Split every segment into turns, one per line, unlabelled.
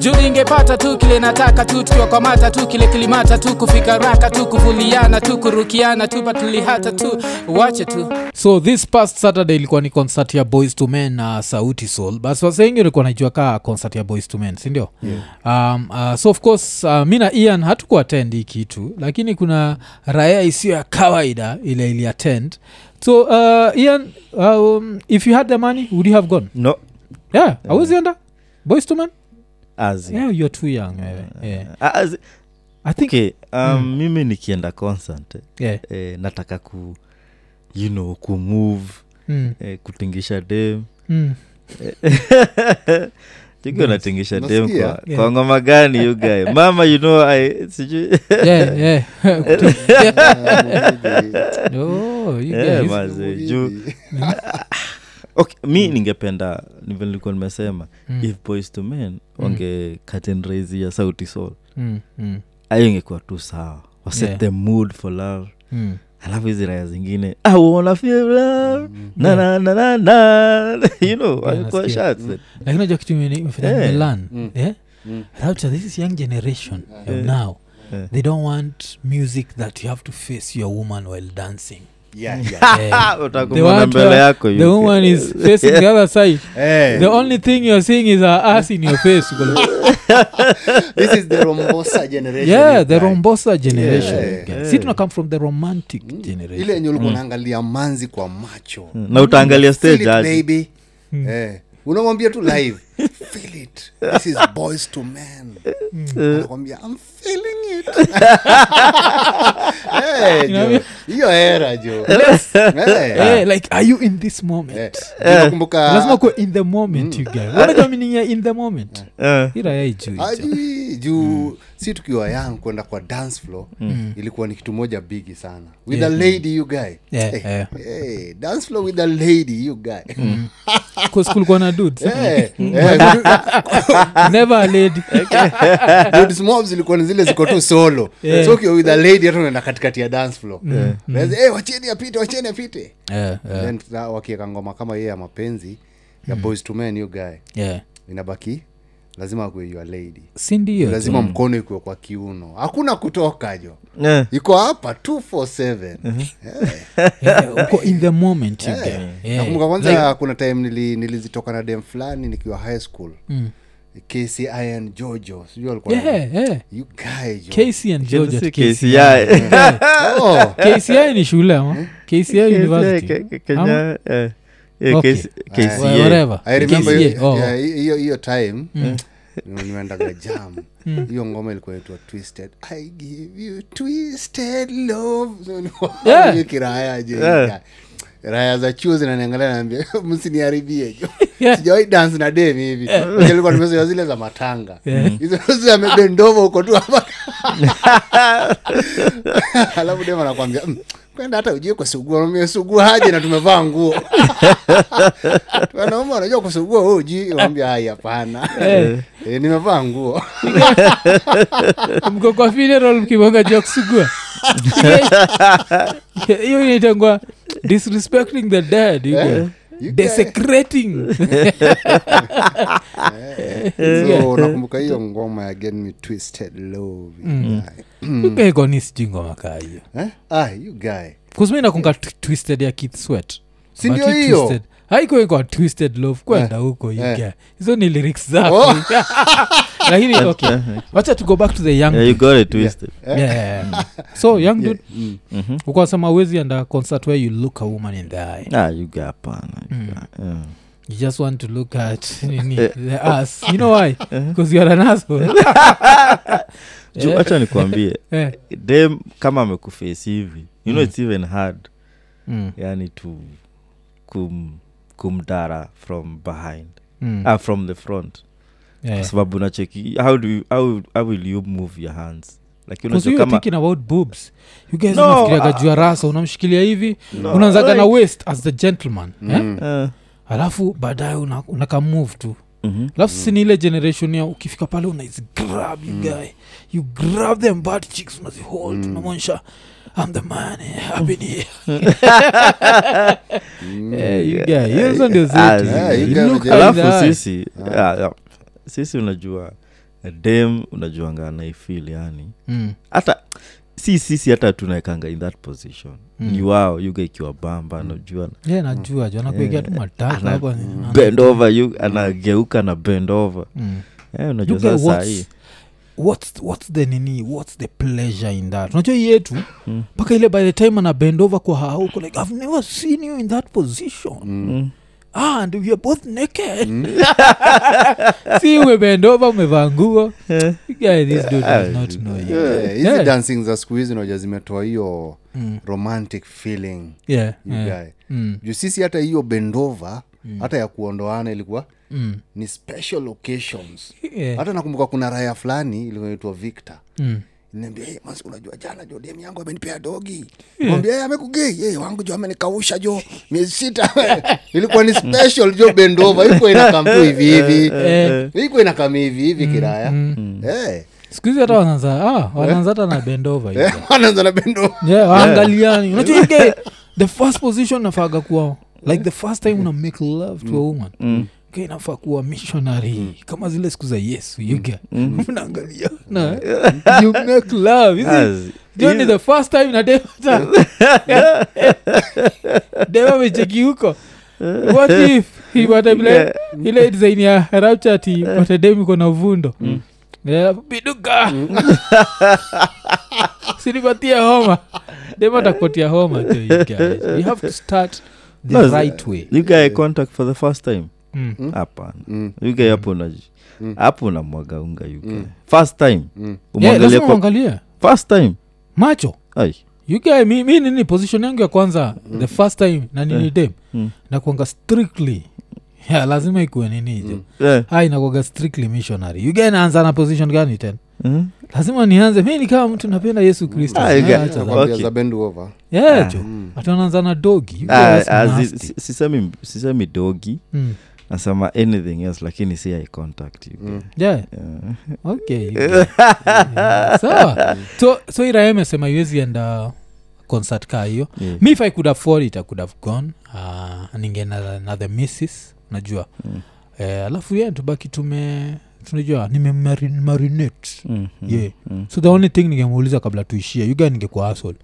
juu ningepata tu kile nataka tu tukiwakwamata tu kile kilimata tu kufika raka tu kuvuliana tu kurukiana tu patulihata tu wache tu
so this past saturday ilikuwa ni concert ya boys to men na sauti soul basi wasaingi ulikuwa naijua kaa concert ya boys to men sindio yeah. um, uh, so of course uh, mi na ian hatukuatend hii kitu lakini kuna raya isiyo ya kawaida ile iliatend so uh, ian um, if you had the money would you have gone
no
yeah auwezienda boys to men
azi
yeah, you're too young eh, wewe. yeah.
azi
i think
okay, um,
Mm.
mimi nikienda concert eh,
yeah.
eh, nataka ku you know kumove
mm.
eh, kutingisha dem
Mm.
Chiki unatingisha dem
Unasikia?
kwa, kwa ngoma gani you guy mama you know I, sijui
yeah, yeah.
Ah,
Oh, you
Yeah,
guys.
Eh, maze,
Mungu
juu-
hivi.
okay, mi ningependa nivyo nilikuwa nimesema
Mm,
if boys to men
Mm.
wange curtain raise ya sauti soul
mm, mm,
ayo ingekuwa tu sawa waset
Yeah.
the mood for love
mm.
alafu hizi raya zingine I wanna feel love,
Mm-hmm.
na, na, na, na, na. you know walikuwa
nasikia.
shots.
lakini najua kitu
Yeah.
milan
Mm. Mm.
raucha eh? this is young generation of
Yeah.
now
Yeah.
they don't want music that you have to face your woman while dancing
Yeah, yeah.
yeah.
Utakumwona
The one
Ah, mbele
tra-
yako
the
you-
woman is facing the other side
Eh,
the only thing you're seeing is her ass in your face
this is the Rombosa generation,
yeah Eh.
you
the
guy.
rombosa generation
Yeah.
yeah. si tuna come from the romantic
Mm. ile
generation
yenye ulikuwa unaangalia manzi kwa macho
Eh, na utaangalia
Feel it,
Hmm. stage aje.
baby. Eh, unamwambia tu live feel it this is boys to men
Hmm.
anakwambia i'm feeling it Eh, jo. hiyo era jo Eh.
yeah. like are you in this moment
Eh, Ah. Mm. ninakumbuka-
lazima kuwa in the moment you guys unajua meaning ya in the moment
Eh,
ira yai juu
ajui juu
Mm.
si tukiwa yang kwenda kwa dance floor ilikuwa ni kitu moja bigi sana with a lady you guy
Yeah,
hey,
yeah. Mm.
hey, dance floor with a lady you guy
kulikuwa na dudes.
Eh,
Mm.
eh,
never a lady
dudes mobs ilikuwa ni zile ziko tu solo
Yeah. Mm.
so ukiwa with a lady hata unaenda katikati ya dance floor Unaweza, "Eh, wacheni apite wacheni apite
yeah, yeah,
then sa- wakieka ngoma kama hiyo ya mapenzi ya
Mm.
boys to men you guy
yeah.
inabaki lazima akuwe your lady
si ndio
lazima mkono ikiwe kwa kiuno hakuna kutoka jo
eh.
iko hapa 247 Eh.
Yeah, Eh, uko in the moment you get. Yeah.
nakumbuka kwanza kuna time nili, nilizitoka na dem fulani nikiwa high school
Mm.
kcin jojo sijui alikuwa na-
Yeah, yeah.
you guy jo.
KC and Georgia
Si
at KC.
KCI.
Oh,
KCI ni shule ama KCI
Ke-
university
ke- Kenya,
Ama?
eh. Eh,
Okay.
KC-
Ah,
KCA.
Wha- whatever
I remember
KCA,
hiyo-
oh. Mm.
yeah, hiyo hiyo time nimeendaga jam hiyo ngoma ilikuwa itwa twisted i give you twisted love So ni-
Yeah.
hiyo kiraya je
Yeah.
raya za chuo zinaniangalia naambia msiniharibie jo
Yeah.
sijawai dance na dem hivi ilikuwa nimezoea zile za matanga
Yeah.
hizo zamebendova huko tu hapa alafu dem anakwambia "Mm, kwenda hata ujue kusugua umesugua haje na tumevaa nguo wanaume wanajua kusugua wewe ujui wambia hai hapana
Eh.
Eh, nimevaa nguo
mko kwa funeral mkibonga jua kusugua hiyo inaitangwa disrespecting the dead you get.
You
desecrating
so nakumbuka hiyo ngoma ya get me twisted love you
Mm.
guy.
ukekoni sijingomaka hiyo
Eh? ah you guy
kusmi nakunga twisted ya keith sweat
Si ndio
But hii
hiyo?
Twisted- haiko iko twisted love kwenda huko
eh. Oh.
yeah. hizo ni lyrics zako lakini okay wacha to go back to the young
uh, Yeah, you
dude.
got it twisted. Mm-hmm.
yeah, yeah, yeah. so young dude
Mm.
ukasema uwezi enda concert where you look a woman in the eye
Ah, you got hapana,
Mm.
you got- Eh. yeah.
you just want to look at nini,
Eh.
the ass you know why because you are an asshole
Juu,
Yeah.
wacha nikuambie
Eh.
dem kama amekufesi hivi you know it's even hard
Mm,
yani to kum, kumdara from behind
mm,
ah, from the front
yeah.
kwa sababu nacheki how, do you, how, how will you move your hands like
Kuzu,
unajua
you're
kama
thinking about boobs you guys
No,
unafikiriaga
ah.
juu ya rasa unamshikilia hivi
No,
unaanzaga na
like-
west as the gentleman eh?
mm,
Eh,
alafu baadaye una- unakamove tu
mhm.
alafu mm. sini ile generation ya ukifika pale unaizi grab
Mm.
you guy you grab them bad chicks unazi hold mm. unamwonyesha I'm the man eh, I've been here."
mm,
Eh, you guy, hizo ndio zetu.
Ah,
yeah, you
You
guy
look
with the-
like
alafu
that.
sisi ah, yeah. sisi unajua dem unajuanga naifil yani
mm.
hata si sisi hata tunawekanga in that position mm. ni wao yuga ikiwa bamba
Mm.
anajua
yeah, najua ju anakuekea tu matatu
Ana- Mm.
hapo
bend over you anageuka na bend over
Mm.
eh, unajua
Yuga,
sasa
what's-
hii
what's, what's the nini what's the pleasure in that unajua hii yetu
Mm.
mpaka ile by the time ana bend over kwa hauko like i've never seen you in that position
Mm.
ah, and we are both naked
Mm.
si umebend over umevaa nguo
Eh.
Guy, this dude does not know you.
Yeah, Eh, hizi
Yeah.
dancing za siku hizi naja zimetoa hiyo
Eh. Mm.
romantic feeling
Yeah,
you
yeah.
guy.
Mm,
juu sisi hata hiyo bendova hata ya kuondoana ilikuwa
mm, Eh.
ni special occasions
yeah.
hata nakumbuka kuna raya fulani ilionaitwa victor
Mm.
niambia hey, mas unajua jana jo dem yangu amenipea dogi mwambia hey, amekugei hey, wangu jo amenikausha jo miezi sita ilikuwa ni special jo bendova ilikuwa inakamtu hivi hivi
Eh. Mm.
ilikuwa inakam hivi hivi kiraya Eh,
siku hizi hata wanaanza ah, wanaanza hata na bend over hivi.
eh, wanaanza na bendova
yeah, waangaliani unajua you get the first position nafaga kuwa like the first time una make love
Mm.
to a woman Okay, inafaa kuwa missionary kama zile siku za yesu
Mm.
yuga mnaangalia na you make love is it?
As-
Hiyo ni the first time na devata deva amecheki huko what if he were to play- ile design ya rapture ti watadem iko na vundo Eh, biduka
Mm.
sinipatia homa dem atakupatia homa tu you guys. you have to start the
No,
right way
you guy contact for the first time
Mm. Mm.
hapana
Mm.
you guy hapo una hapo unamwaga unga you guy first time
Yeah,
umwangalie
lazima
kwa
uangalie
first time
macho
ai
You guy, mi, mi nini position yangu ya kwanza mm. the first time na nini dem
Mm.
nakuanga strictly yeah, lazima ikuwe nini hicho mm.
eh
ha inakuanga strictly missionary you guy naanza na position gani tena
mhm.
lazima nianze mi ni kama mtu napenda yesu kristo
Ah, you guy-
Acha la-
Nakwambia
Okay.
za bendova
yeah, jo ati wanaanza na dogi You guy,
Ah,
that's
ah, si-
nasty.
si- sisemi sisemi dogi
Mm.
nasema anything else lakini si i contact you guy.
Yeah. Okay, you guy. Yeah. Eh, Sawa. so so irahe amesema iwezi enda concert kaa hiyo
Yeah.
mi if i could afford it i could have gone uh, ningeenda na the missis najua mm. eh, alafu ye tubaki tume tunajua nimemarinate
Mhm.
yeah so the only thing ningemuuliza kabla tuishie yuga ningekuwa asol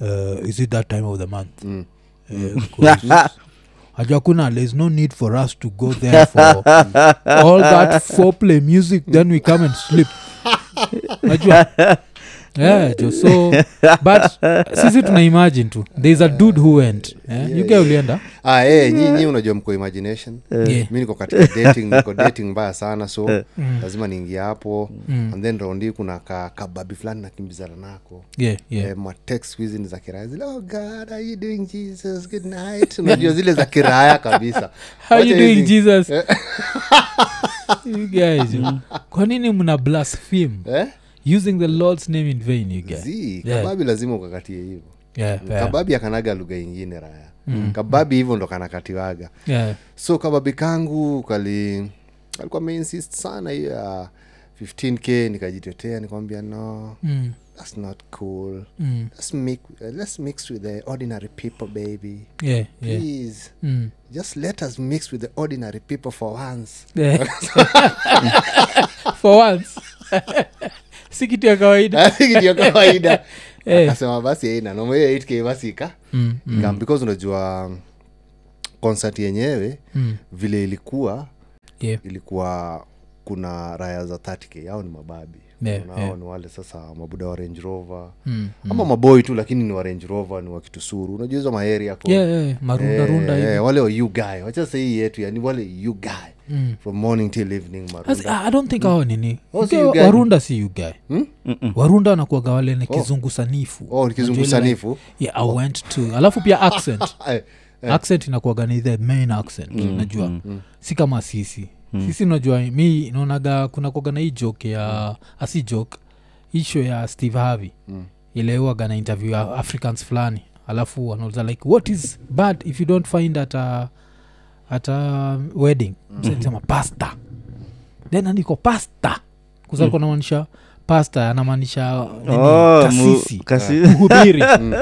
uh, is it that time of the month
Mm.
Eh, because- Ajua kuna there's no need for us to go there for all that foreplay music then we come and sleep najua yeah, jo so but sisi tuna imagine tu there's a dude who went eh? you get ulienda
ah, eh, nyinyi unajua mko imagination
Yeah. Mm.
mi niko katika dating niko dating mbaya sana so lazima niingia hapo and then raundi kuna ka kababi fulani nakimbizana nako
yeah, yeah.
Eh, matext siku hizi ni za kiraya zile oh god are you doing jesus good night unajua zile za kiraya kabisa
how
Wacha
you doing
hizi- Eh,
jesus you guys you- kwa nini mna blaspheme
eh?
using the lord's name in vain you guys
Zii,
Yeah.
kababi lazima ukakatie hivyo
yeah, yeah, Mm.
kababi akanaga lugha ingine raya kababi hivyo ndo kanakatiwaga
yeah.
so kababi kangu kali alikuwa ameinsist sana hiyo ya 15k nikajitetea nikwambia no
Mm,
that's not cool
mm,
let's, make, uh, let's mix with the ordinary people baby
yeah, yeah.
please
Mm.
just let us mix with the ordinary people for once
Yeah. for once si kitu ya kawaida
Hii ndio kawaida
Eh.
akasema basi aina noma hiyo 8k basi ika
mm,
ika- because unajua um, concert yenyewe
mm.
vile ilikuwa
Yeah.
ilikuwa kuna raya za 30k au ni mababi
Yeah,
Na
yeah.
hao ni wale sasa mabuda wa range rover
Mm,
ama maboi tu lakini ni wa range rover ni wa kitusuru unajua hizo maheri yako
yeah, yeah, marundarunda
Eh,
hivi
eh, wale wa you guy wacha sahii yetu yani wale you guy
Mm.
from morning till evening
As-
marunda
ah, i don't think hao nini
Oh, si
Okay,
you guy.
warunda si you guy
Hmm?
warunda wanakuaga wale ni kizungu sanifu
oh ni kizungu
Unajua ile like,
sanifu
yeah, i went to alafu pia accent
Eh,
accent inakuaga ni the main accent najua si kama sisi sisi unajua mi naonaga kuna kuaga na hii joke ya asi joke hii show ya steve harvey ile huaga na interview ya africans fulani alafu wanauliza like what is bad if you don't find at a, at a wedding mm. sema pasta then andiko pasta kuza mm. kunamaanisha pasta anamaanisha nini?
Oh, mu-
kasisi Ah.
kasi-
mhubiri Mm.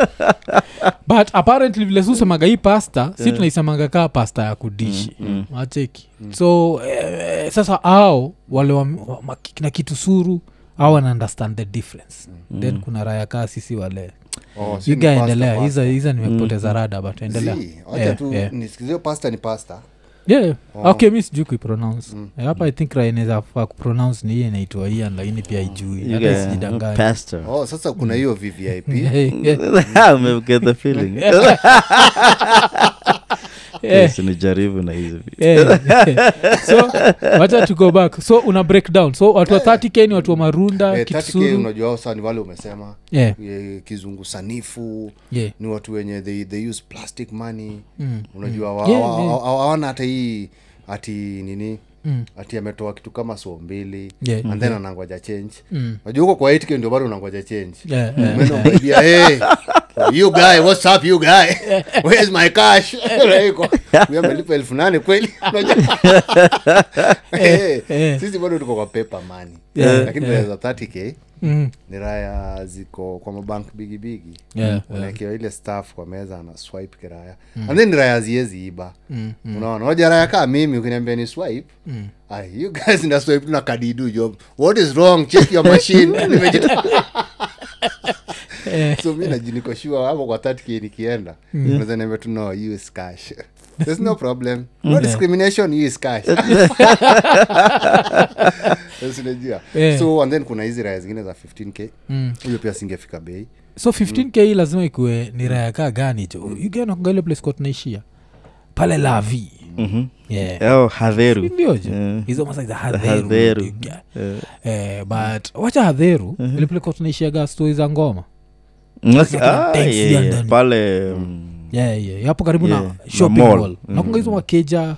but apparently vile susemaga hii pasta si tunaisemanga kaa pasta ya kudishi
Mm,
wacheki so eh, sasa ao wale wa, wa, ma- na kitu suru au wana understand the difference then kuna raya kaa sisi wale
Oh, Mm. si ni pasta,
igaendelea
pasta. Mm,
hiza hiza nimepoteza rada but endelea
Si, wacha
Yeah,
tu
yeah.
nisikizio pasta ni pasta
Yeah,
Oh.
okay mi sijui kuipronounce
Mm.
Eh, hapa i think raha inaweza faa kupronounce ni hii inaitwa ian lakini pia ijui
You
hata
guy-
isijidanganya
pastor
oh sasa kuna
Mm.
hiyo vvip
Eh, eh,
Ume- get the feeling
eh,
sinijaribu na hizo vitu.
eh, eh. so wacha to go back so una breakdown so watu wa 30k ni watu wa marunda
Eh, 30K
kitusuru
unajua hao saa ni wale umesema
Yeah.
eh, kizungu sanifu
Yeah.
ni watu wenye they, they use plastic money
Mm,
unajua wa-
Yeah,
wa-
yeah.
wa- wa- hawana hata hii ati nini
Mm.
ati ametoa kitu kama so mbili
Yeah.
and then anangoja change
Mm.
najua huko kwa itk ndio bado unangoja change
Mm.
Yeah, yeah,
Umeenda umwambia, "Hey, you guy what's up you guy where's my cash Unaiko, "Huyu amelipa elfu nane kweli Unajua? Eh,
eh.
sisi bado tuko kwa paper money
Yeah,
lakini
yeah.
yeah. 30k
Mm,
ni raya ziko kwa mabank bigibigi
Yeah,
unaekewa ile staff kwa meza ana swipe kiraya mm. and then raya ziezi iba mm, mm. unaona hoja raya kaa mimi ukiniambia ni swipe mm. you guys na swipe tuna kadidu job what is wrong check your machine Nimejita-
eh,
so mi najinikoshua hapo kwa 30k nikienda
Mm.
unaweza niambia tu no you is cash there's no problem no discrimination you is cash Sasa unajua.
Yeah.
so and then kuna hizi raya zingine za 15k
mm.
huyo pia singefika bei
so 15k lazima ikuwe ni raya kaa gani jo
Mm.
ugenakuga ile place kwa tunaishia pale lavi
Mhm.
yeah.
Oh, hadheru
ndioje
Eh.
hizo masa za
Hadheru. Mm-hmm.
hadheru
Eh.
eh, but wacha hadheru uh-huh. ilipelekwa tunaishiaga stori za ngoma
Ah,
tensi
yeah,
ya
yeah.
ndani.
pale mm,
yeah, yeah. hapo karibu
Yeah,
na
na
shopping
mall. Mm-hmm.
mall nakunga hizo makeja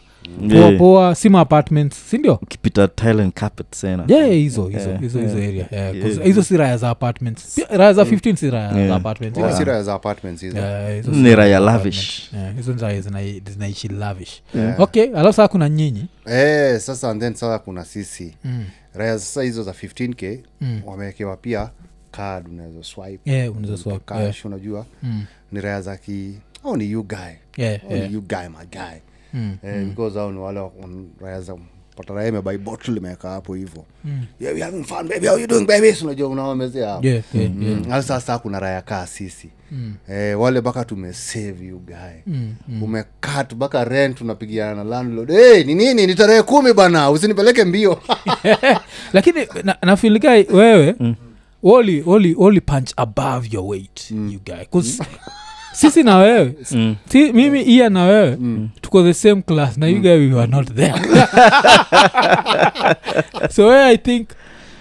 Yeah.
poapoa sima apartments sindio
ukipita Thailand carpet sana.
Yeah, yeah, hizo hizo
Yeah,
hizo hizo area Yeah, 'cause
Yeah.
hizo si raya za apartments Pia raya za 15 si raya za
Yeah.
apartments
zile
Yeah,
si raya za apartments hizo
yeah, hizo si
ni raya
za
lavish
apartments. Yeah, hizo ni raya zinai- zinaishi lavish
Yeah.
okay alafu saa kuna nyinyi
Eh, sasa and then sasa kuna sisi mm. raya sasa hizo za 15k mm. wamewekewa pia card unaweza swipe
Yeah, unaweza swap.
cash
Yeah,
unajua mm. ni raya za ki au ni you guy
yeah,
Au
yeah.
ni Oh, you guy my guy
Mm,
eh, because au ni wale wa- un- raya za pata raya imebai bottle imeweka hapo hivo yeah, we having fun baby how you doing baby So unajua unaomezea hapo
Mm. Yeah, yeah, yeah.
Mm, au sasa kuna raya kaa sisi mm. eh, wale mpaka tumesave you guy mm, mm. umekat mpaka rent unapigiana na landlord hey, ni nini ni tarehe kumi bana usinipeleke mbio
lakini na- nafiligai wewe only, only, only punch above your weight you guy 'Cause sisi na wewe si, mimi iya na wewe tuko the same class na you guy we were not there so wewe i think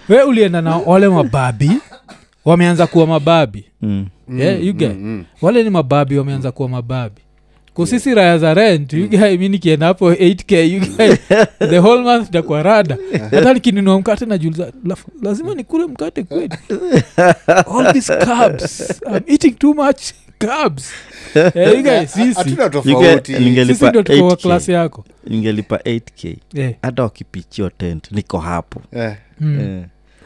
wewe ulienda na wale mababi wameanza kuwa mababi
Mm.
yeah, you guy wale ni mababi wameanza kuwa mababi kusisi raya za rent
Mm.
you guy mi nikienda hapo 8k you guy the whole month takuwa rada hata nikinunua mkate najuliza "La- lazima nikule mkate kweli all these carbs I'm eating too much carbs yeah, you guy sisi
hatuna
You get-
tofauti
sisi
ningelipa
ndio tuko kwa
8K.
klasi yako
ningelipa 8k
yeah.
hata wakipichio tent niko hapo
eh,
mm.
Eh.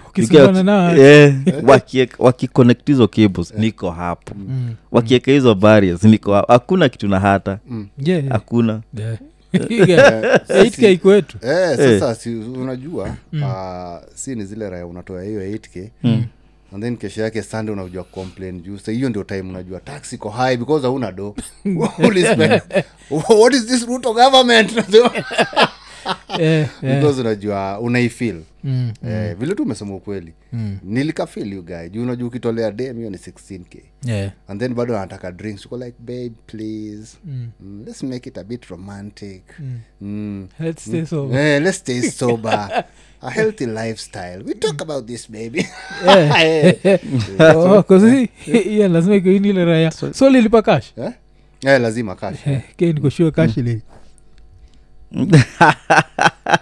ukisumbana na
Eh, wakie- wakiconnect hizo cables niko hapo
Mm.
wakieka hizo barriers niko hapo hakuna kitu na hata
yeah, yeah.
hakuna
Yeah. You guy, 8k kwetu
eh, sasa si, unajua ah, si ni zile raya unatoa hiyo 8k and then kesho yake sunday unajua complain juu sa hiyo ndio time unajua tax iko high because hauna do Ulispend. what is this root of government
yeah, yeah.
because unajua unaifil
Mm.
eh, vile tu umesema ukweli mm. nilikafil you guy juu unajua ukitolea dem hiyo ni 16k
Yeah.
and then bado anataka drinks uko like babe please mm. Mm, let's make it a bit romantic mm. Mm.
Let's stay so.
Eh, let's stay sober a healthy lifestyle we talk about this baby
Yeah.
Eh,
Oh, 'cause hii- hii lazima ikoini ile raya so lilipa kash
eh? Eh, lazima kash
ke nikoshua kash ili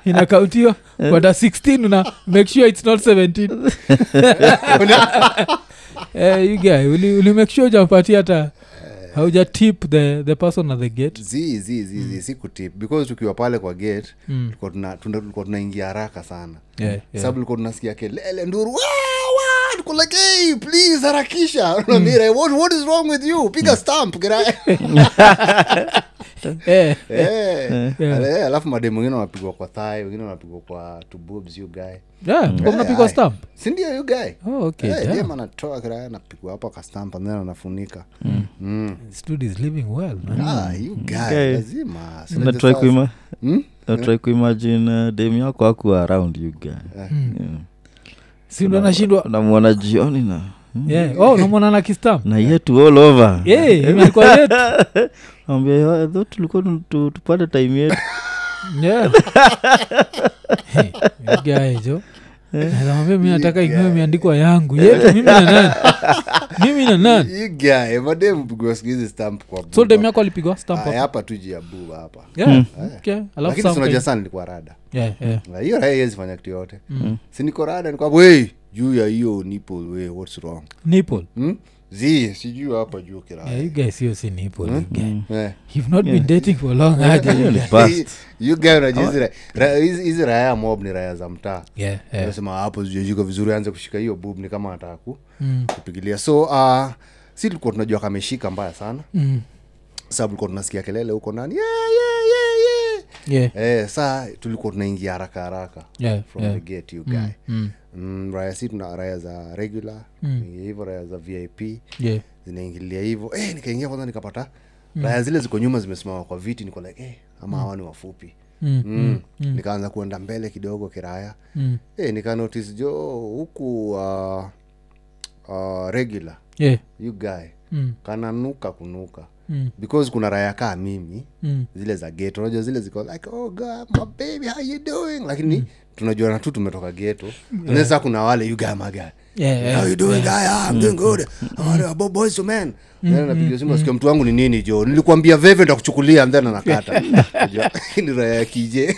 inakautiwa kwata 16 una make sure its not 17 Eh, you guy uli, uli make sure ujampatia hata hauja tip the, the person at the gate
zi zi zi
Mm.
zi sikutip because tukiwa pale kwa gate tulikuwa tuna- tuna- tulikuwa tunaingia haraka sana
yeah, yeah.
sababu tulikuwa tunasikia kelele nduru "Wow, wako like hey please harakisha
Mm.
unaambia what, what is wrong with you piga stamp gira
Eh,
Eh.
Yeah.
Ale- eh, alafu mademu wengine wanapigwa kwa thai wengine wanapigwa kwa tubobs you guy
yeah, mko mnapigwa stamp
sindio you guy
Mm. Oh, okay,
Eh,
damn.
dem anatoa kiraya anapigwa hapa kastampa then anafunika Mm.
This dude is living well man.
Ah, you guy,
Okay.
lazima Si like
natrai
yourself.
kuima
Hmm?
natrai kuimagine uh, dem yako aku around you guy Yeah.
si ndo anashindwa
unamwona jioni na
Yeah. oh namwona na kistamp
na yetu all over
Eh, imekuwa yetu.
ambia tho "Eh, tulikuwa tu- tu- tupate time yetu
Yeah. Hey, you guys, yo. Nakwambia mi nataka ikiwa imeandikwa yangu yetu mimi na nani mimi na nani
You guy, mademu pigwa siku hizi stamp kwa
so
buba.
dem yako alipiga stamp
Aya,
hapa?
hapa tu juu ya buba hapa
Ah, Yeah, Hmm. okay. Alafu
lakini
stamp
sinajua
ya-
sana nilikuwa rada
Yeah, yeah.
Na hiyo raya iwezi fanya kitu yote siniko rada nikwa wei juu ya hiyo nipo we what's wrong
Nipple.
hmm? zi sijuu hapa juu kiraya
Yeah, you guys hiyo si nipple, you guys.
Eh.
You've not been dating for long, aje, you guys.
Bust.
You guy unajua hizi ra- ra- hizi hizi raya ya mob ni raya za mtaa
Yeah, yeah.
nasema hapo zijajuka vizuri anze kushika hiyo bub ni kama anataka ku- kupigilia so uh, si tulikuwa tunajua kameshika mbaya sana
Mm.
sababu tulikuwa tunasikia kelele huko ndani yeah, yeah, yeah, yeah.
Yeah,
Eh, saa tulikuwa tunaingia haraka haraka
yeah,
from
yeah.
the gate you guy mm, raya si tuna raya za regular zinaingia hivyo raya za vip
Yeah.
zinaingilia hivyo eh, nikaingia kwanza nikapata
Mm.
raya zile ziko nyuma zimesimama kwa viti niko like eh, ama hawa ni wafupi
Mm,
mm. nikaanza kuenda mbele kidogo kiraya
Mm.
eh, nikanotice jo huku uh, uh, regular
Yeah.
you guy
Mm.
kananuka kunuka
Mm.
because kuna raya kaa mimi
Mm.
zile za geto unajua zile ziko like oh god my baby how you doing lakini
Mm.
tunajua na tu tumetoka geto yeah. saa kuna wale you guy my guy
Yeah, yeah. Mm,
how you doing guy ah, i'm doing good i'm one of the boys to men then anapiga simu asikia mtu wangu ni nini jo nilikwambia veve ndakuchukulia and then anakata Unajua, ni raya ya kije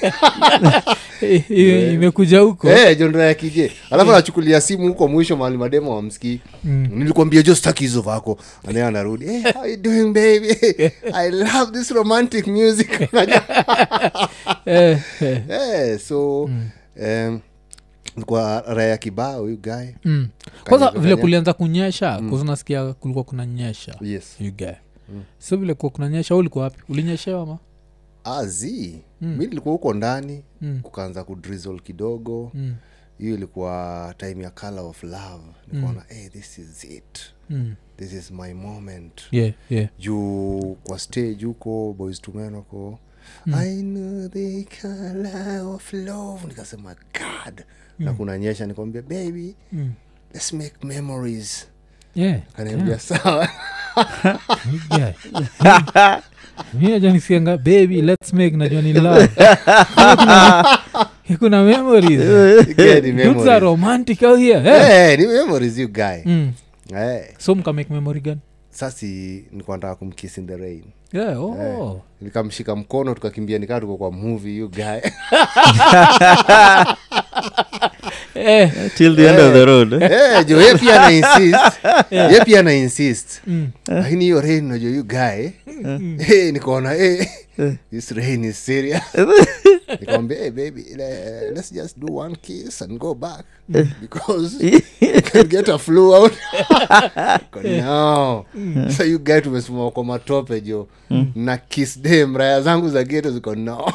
Eh, hiyo imekuja huko
Eh, jo, ndo raya ya kije
Mm.
alafu anachukulia simu huko mwisho mahali mademo wamsikii nilikwambia jo staki hizo vako anaye anarudi eh, how you doing baby i love this romantic music Unajua,
Eh, eh. Mm.
Eh, so em, kwa raya kibao you guy
Mm. kwanza
Kanyesha,
vile
kanyesha.
kulianza kunyesha mm. nasikia kulikuwa kuna nyesha
yes
ugae
Mm.
so vile kuwa kuna nyesha ulikuwa wapi ulinyeshewa ma
ah, zi mi nilikuwa huko ndani kukaanza kudrizzle kidogo hiyo ilikuwa time ya color of love nikaona hey, this is it
Mm.
this is my moment
yeah, yeah.
juu kwa stage huko boys tumen huko I know the color of love nikasema god na kunanyesha nikwambia baby let's make memories
Yeah.
kaniambia sawa
Ugae. mi najua nisikianga baby lets make najua ni love kuna, kuna memories
Again, ni
Dudes are
memories.
romantic out here eh.
Eh, ni memories you guy
Mm.
Eh,
so mkamake memory gani
sasi nikuwa nataka kumkiss in the rain
yeah, oh.
nikamshika mkono tukakimbia nikaa tuko kwa movie you guy
eh.
till the end of the road eh?
Eh, jo ye pia na insist ye pia na insist lakini hiyo rain najo you guy Eh, nikaona eh, this rain is serious
Eh,
nikamwambia hey, baby le- let's just do one kiss and go back because you can get a flu out Niko, no
Mm.
so you guy tumesimama kwa matope jo na kiss dem raya zangu za geto ziko no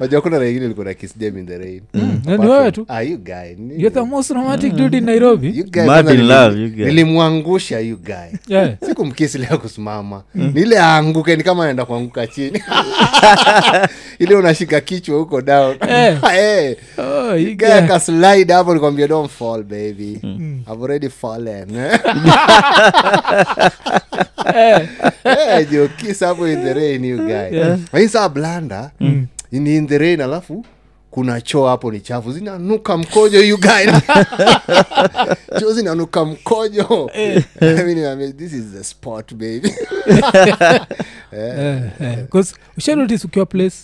wajua kuna raingine ilikuwa na kiss dem in the rain
Na Mm. ni
Apart
wewe
from-
tu?
ah, you guy ni-
you're the most romantic dude in nairobi
You guy
Mad
kwanza
in
nili-
love, you guy.
nilimwangusha you guy
yeah. Mm.
sikumkisi leo kusimama ni ile aanguke ni kama naenda kuanguka chini ile unashika kichwa huko down
Eh.
Eh,
oh, you
you guy
guy.
akaslide hapo nikwambia don't fall baby Mm. I've already fallen Eh, jo, kiss hapo in the rain you guy Lakini saa blanda ni in the rain alafu kuna choo hapo ni chafu zinanuka mkojo you guy choo zinanuka mkojo I mean, I mean, this is the spot baby
ushanotis ukiwa place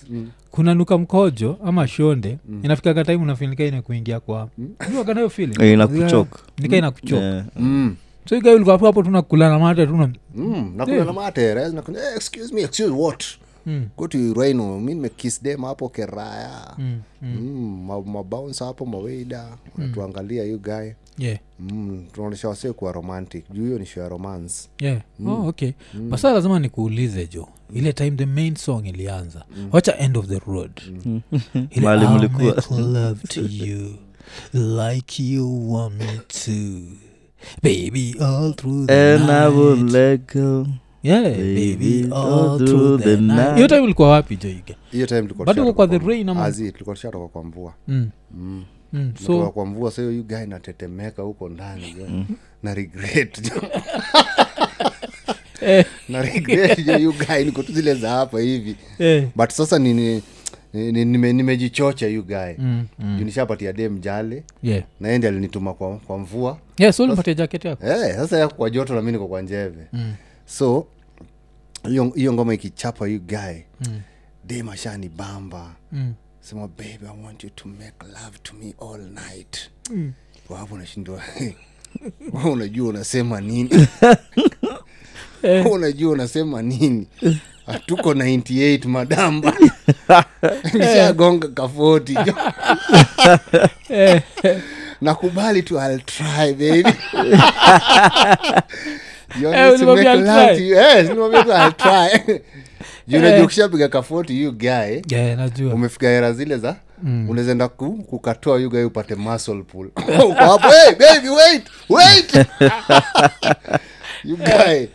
kuna nuka mkojo ama shonde inafikaga time unafinika ina kuingia kwa ujuakanayo
Eh, inakuchoka.
nika inakuchoka
Yeah.
mm.
so igaulikapo hapo tunakulana mate tuna
mm. nakula na matera eh, excuse me excuse what
Eh. Mm.
go to Rhino, mi nimekisdem hapo keraya
Mm. Mm.
mm, ma- mabouncer hapo maweida unatuangalia you guy
Yeah.
mm, tunaonyesha wasee kuwa romantic juu hiyo ni show ya romance
Yeah. Oh, okay but sasa lazima nikuulize jo ile time the main song ilianza wacha end of the road
Mm.
Ile
Mahali
I'll
mlikuwa.
make love to you like you want me to baby all through the
And I won't
night.
let go.
Yeah,
Baby,
baby all
all
through
through
the
the
night.
night.
hiyo time ulikuwa wapi joige
hiyo time tulikuwa
Bado uko
tushatoka
kwa the
kwa-
rain ama-
Azi, tulikuwa tushatoka kwa mvua
mm.
mm.
mm.
so,
so Mm.
kwa mvua sahiyo you guy natetemeka huko ndani jo. na regret jo.
eh,
na regret jo you guy niko tu zile za hapa hivi
eh.
but sasa nini ni- nime- nimejichocha you guy
Mm, mm.
Juu nishapatia dem jale
yeah.
naende alinituma kwa, kwa mvua
yeah, so ulimpatia jacket yako
Eh, sasa yako kwa joto nami niko kwa njeve mm. so hiyo hiyo ngoma ikichapa you guy mm. dem ashani bamba
Mm.
sema babe i want you to make love to me all night
Mm.
Kwa hapo nashindwa "Wewe unajua unasema nini Wewe unajua unasema nini hatuko 98 madamba nishagonga kafoti nakubali tu I'll try baby You want
Eh,
me to
ulimwambia I'll
make love
try?
to you? Eh, nilimwambia tu I'll try Juu unajua ukishapiga kafoti you guy
Eh. yeah, najua
umefika hera zile za mm. unawezaenda ku, kukatoa yuga upate muscle pull Uko hapo hey, baby wait wait you guy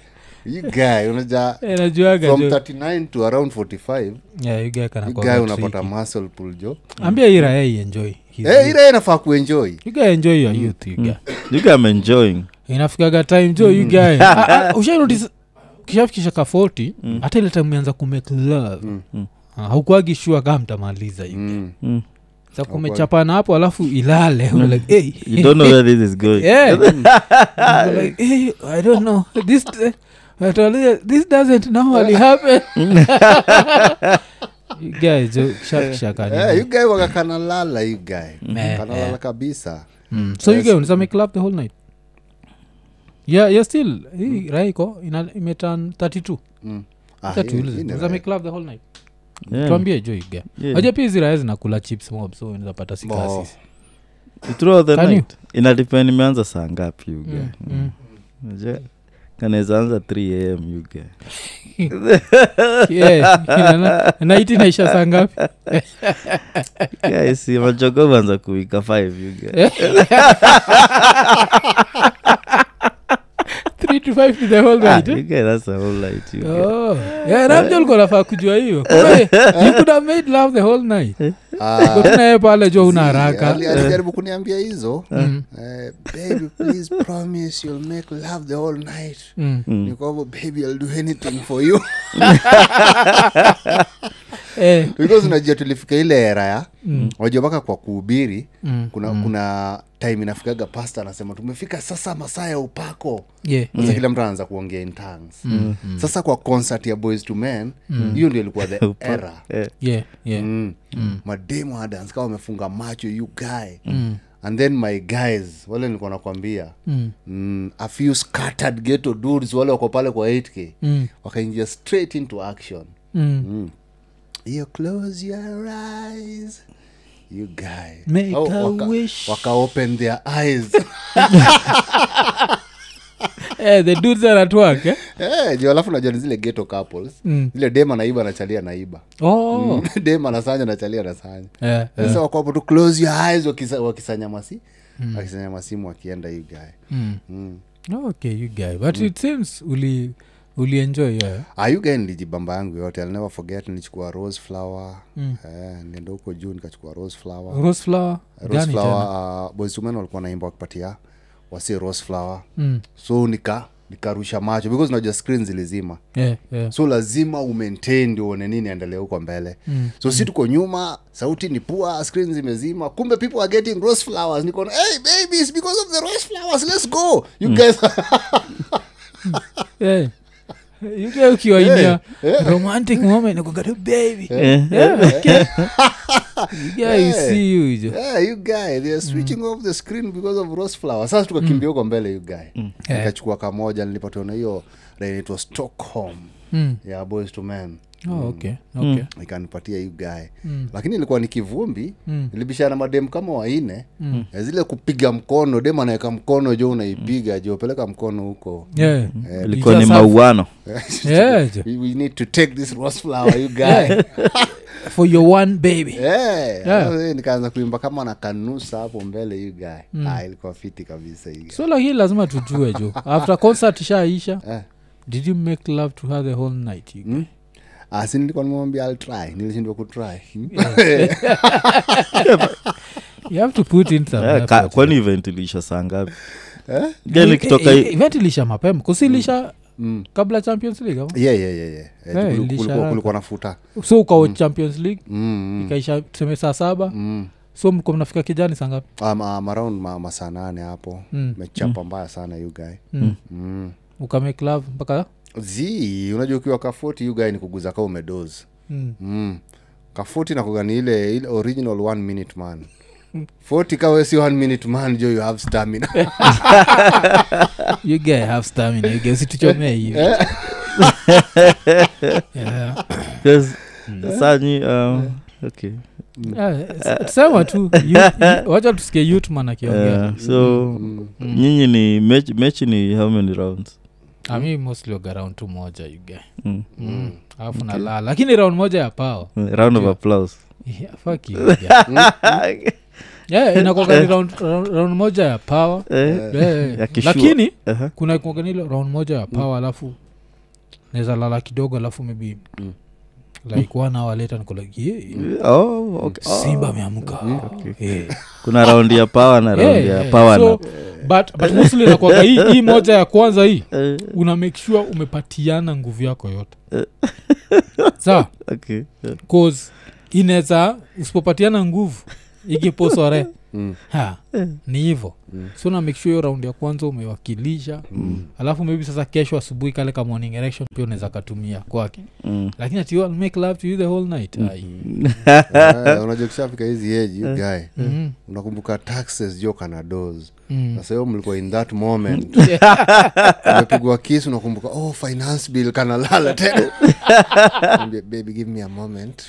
you guy unaja
Eh, najuaga
from
jo
39 to around 45
yeah, you guy
you
kanakuwa
guy
na
unapata
tricky.
muscle pull jo
ambia ira yeye enjoy His
Eh, ile inafaa kuenjoy
you guy enjoy your youth you guy
You guys am enjoying.
inafikaga time jo you Ah, guy ushainotis kishafikisha ka 40 hata ile time umeanza kumake love
Mm.
Ah, haukuagi shua kaa mtamaliza you guy.
mm.
sa kumechapana hapo alafu ilale We're like, "Hey,
You don't know where this is going.
yeah." We're like, "Hey, I don't know. This- uh, I told you, this doesn't normally happen." You guy, jo, kishafikisha ka nini.
Eh, you guy waga kanalala you guy
Eh,
kanalala kabisa
Mm. so you guy unaweza make love the whole night yeah, yeah still hii raiko ina- imeturn 32
Mm. Ah,
Acha
hii-
tuulize.
hii ni
Unaweza
right.
make love the whole night
Yeah.
tuambie jo iga
Yeah.
aja pia hizi raya zinakula chips mob so unaweza pata
Bo.
sikasisi
You throw the
Can you?
night. Inadepend nimeanza saa ngapi you guy.
Mm, mm.
Unajua, kanaweza anza 3 am you guy.
Yeah, ina- na- naiti naisha saa ngapi
Guy, si majogo huanza kuwika 5 you guy.
Three to five to the whole
Ah,
night, eh?
you guy, that's the whole light you guy.
Oh. Yeah, Ramjo alikuwa anafaa kujua hiyo Kumbe, you could have made love the whole night
Ah.
Uko tu na yeye pale jo una haraka Mm.
Ali- alijaribu kuniambia hizo eh, baby please promise you'll make love the whole night
Mm.
Mm.
nikovo baby i'll do anything for you
Eh,
because unajua tulifika ile era ya
Mm.
unajua mpaka kwa kuhubiri
mm,
kuna kuna time inafikaga pasta anasema tumefika sasa masaa ya upako
yeah,
sasa
yeah.
kila mtu anaanza kuongea in tongues
Mm.
sasa kwa concert ya boys to men hiyo ndio ilikuwa the era
Eh,
Yeah, yeah.
mm. mademu wanadance kama wamefunga macho you guy and then my guys wale nilikuwa nakwambia
Mm.
mm, a few scattered ghetto dudes wale wako pale kwa 8k
Mm.
wakaingia straight into action
Mm.
mm. you close your eyes you guy
Make
Au,
a
waka,
wish.
waka open their eyes
Eh, the dudes are at work eh?
Eh, juu alafu najua ni zile ghetto couples
Mm.
zile dem anaiba anachalia naiba
Oh.
Mm.
dem anasanya nachalia nasanya
Eh, eh.
sasa wako hapo tu close your eyes wakisa- wakisanyamasi
Hmm.
wakisanyamasimu wakienda you guy
Mm.
mm.
okay you guy but it seems uli ulienjoy yeah.
ayuga Ah, nilijibamba yangu yote I'll never forget nilichukua rose flower
Hmm.
mm. eh, nienda huko juu nikachukua rose flower
rose flower
rose
gani
flower
tena
uh, boys to men walikuwa naimba wakipatia wasi rose flower
mm.
so nika nikarusha macho because unajua screen zilizima
yeah, yeah.
so lazima umaintain ndio uone nini endelea huko mbele mm. so si tuko nyuma sauti ni pua screen zimezima kumbe people are getting rose flowers nikona hey baby it's because of the rose flowers let's go you guys
Yeah. You guy Eh. ukiwa in
Yeah,
your
yeah.
romantic moment uko got a baby
eh.
Yeah, okay. You guy, you
Yeah.
see you jo.
yeah, you guy they are switching mm. off the screen because of rose flower sasa tukakimbia huko mbele you guy mm.
Eh.
nikachukua kamoja nilipatiwa na hiyo rain, it was stockholm
Mm.
ya boys to men
oh, okay, okay.
Hmm. ikanipatia hii gae
Mm.
lakini ilikuwa ni kivumbi
Mm.
ilibishana madem kama waine mm. zile kupiga mkono dem anaweka mkono jo unaipiga jo peleka mkono huko
Yeah.
ilikuwa ni
Ilikuwa safi.
mauano
Yeah, jo.
we, we need to take this rose flower you guy
for your one baby
Eh,
Yeah.
sasa yeye nikaanza kuimba kama na kanusa hapo mbele you guy
Mm.
ah, ilikuwa fiti kabisa hii guy.
so lakini lazima tujue jo after concert shaisha
Eh.
did you make love to her the whole night you
Mm. Ah, si nilikuwa nimwambia I'll try nilishindwa kutry
you have to put in some
Eh, ka-
effort.
kwani event iliisha saa ngapi
Eh?
gani
Eh,
kitoka
eh, event ilisha mapema kusilisha
Mm.
kabla champions league ama?
yeah, yeah, yeah, yeah. Eh,
Eh,
kulu-
ilisha
kulikuwa-
haraka.
kulikuwa na futa
so ukawa champions league
Mm, mm,
ikaisha tuseme saa saba
mm.
so mko mnafika kijani sangapi
Um, um, around ma- masaa nane hapo
Mm.
mechapa mbaya sana you guy
Mm.
mm.
ukamake love mpaka
zi unajua ukiwa kafoti you guy ni kuguza ka umedozi
mm.
mm. kafoti nakugani ile, ile original one minute man foti kawe si one minute man jo you have stamina
you guy have stamina you guy usituchomee hivi Yeah.
'Cause
Hmm.
saa nyi um, okay.
Yeah, s- sema tu you- you- wacha tusikie youthman akiongea
Eh, so
Mm-hmm.
Mm.
nyinyi ni mechi, mechi ni how many rounds
ami mostly oga round tu moja you guy
Mm.
Mm. alafu nalala lakini round moja ya pao
Eh, round of applause
Yeah, fuck you, yeah. Yeah, inakuwaga ni round, round, round moja ya power
Eh, Uh-huh.
Yeah,
ya kishua.
lakini
aha.
kuna kuwaga ni ile round moja ya power alafu naweza lala kidogo alafu maybe
Mm.
like one hour later niko like yeah, Mm.
Oh, okay. Oh,
simba ameamka Eh. Yeah.
kuna raundi ya pawa na
Yeah,
raundi ya
yeah.
pawa
So, but but mostly inakuwaga hii, hii moja ya kwanza hii
Eh,
una make sure umepatiana nguvu yako yote sawa cause inaweza usipopatiana nguvu ikiposore
Mm.
ha ni hivo so na make sure hiyo raundi ya kwanza umewakilisha alafu maybe sasa kesho asubuhi kale ka morning erection pia unaweza katumia kwake lakini ati "I'll make love to you the whole night Ai.
Eh, unajua kishafika hizi eji you guy
Mhm.
unakumbuka taxes jo kana dos
Mm.
sasa hiyo mlikuwa in that moment umepigwa kisu unakumbuka oh finance bill kanalala tena Mwambie, baby give me a moment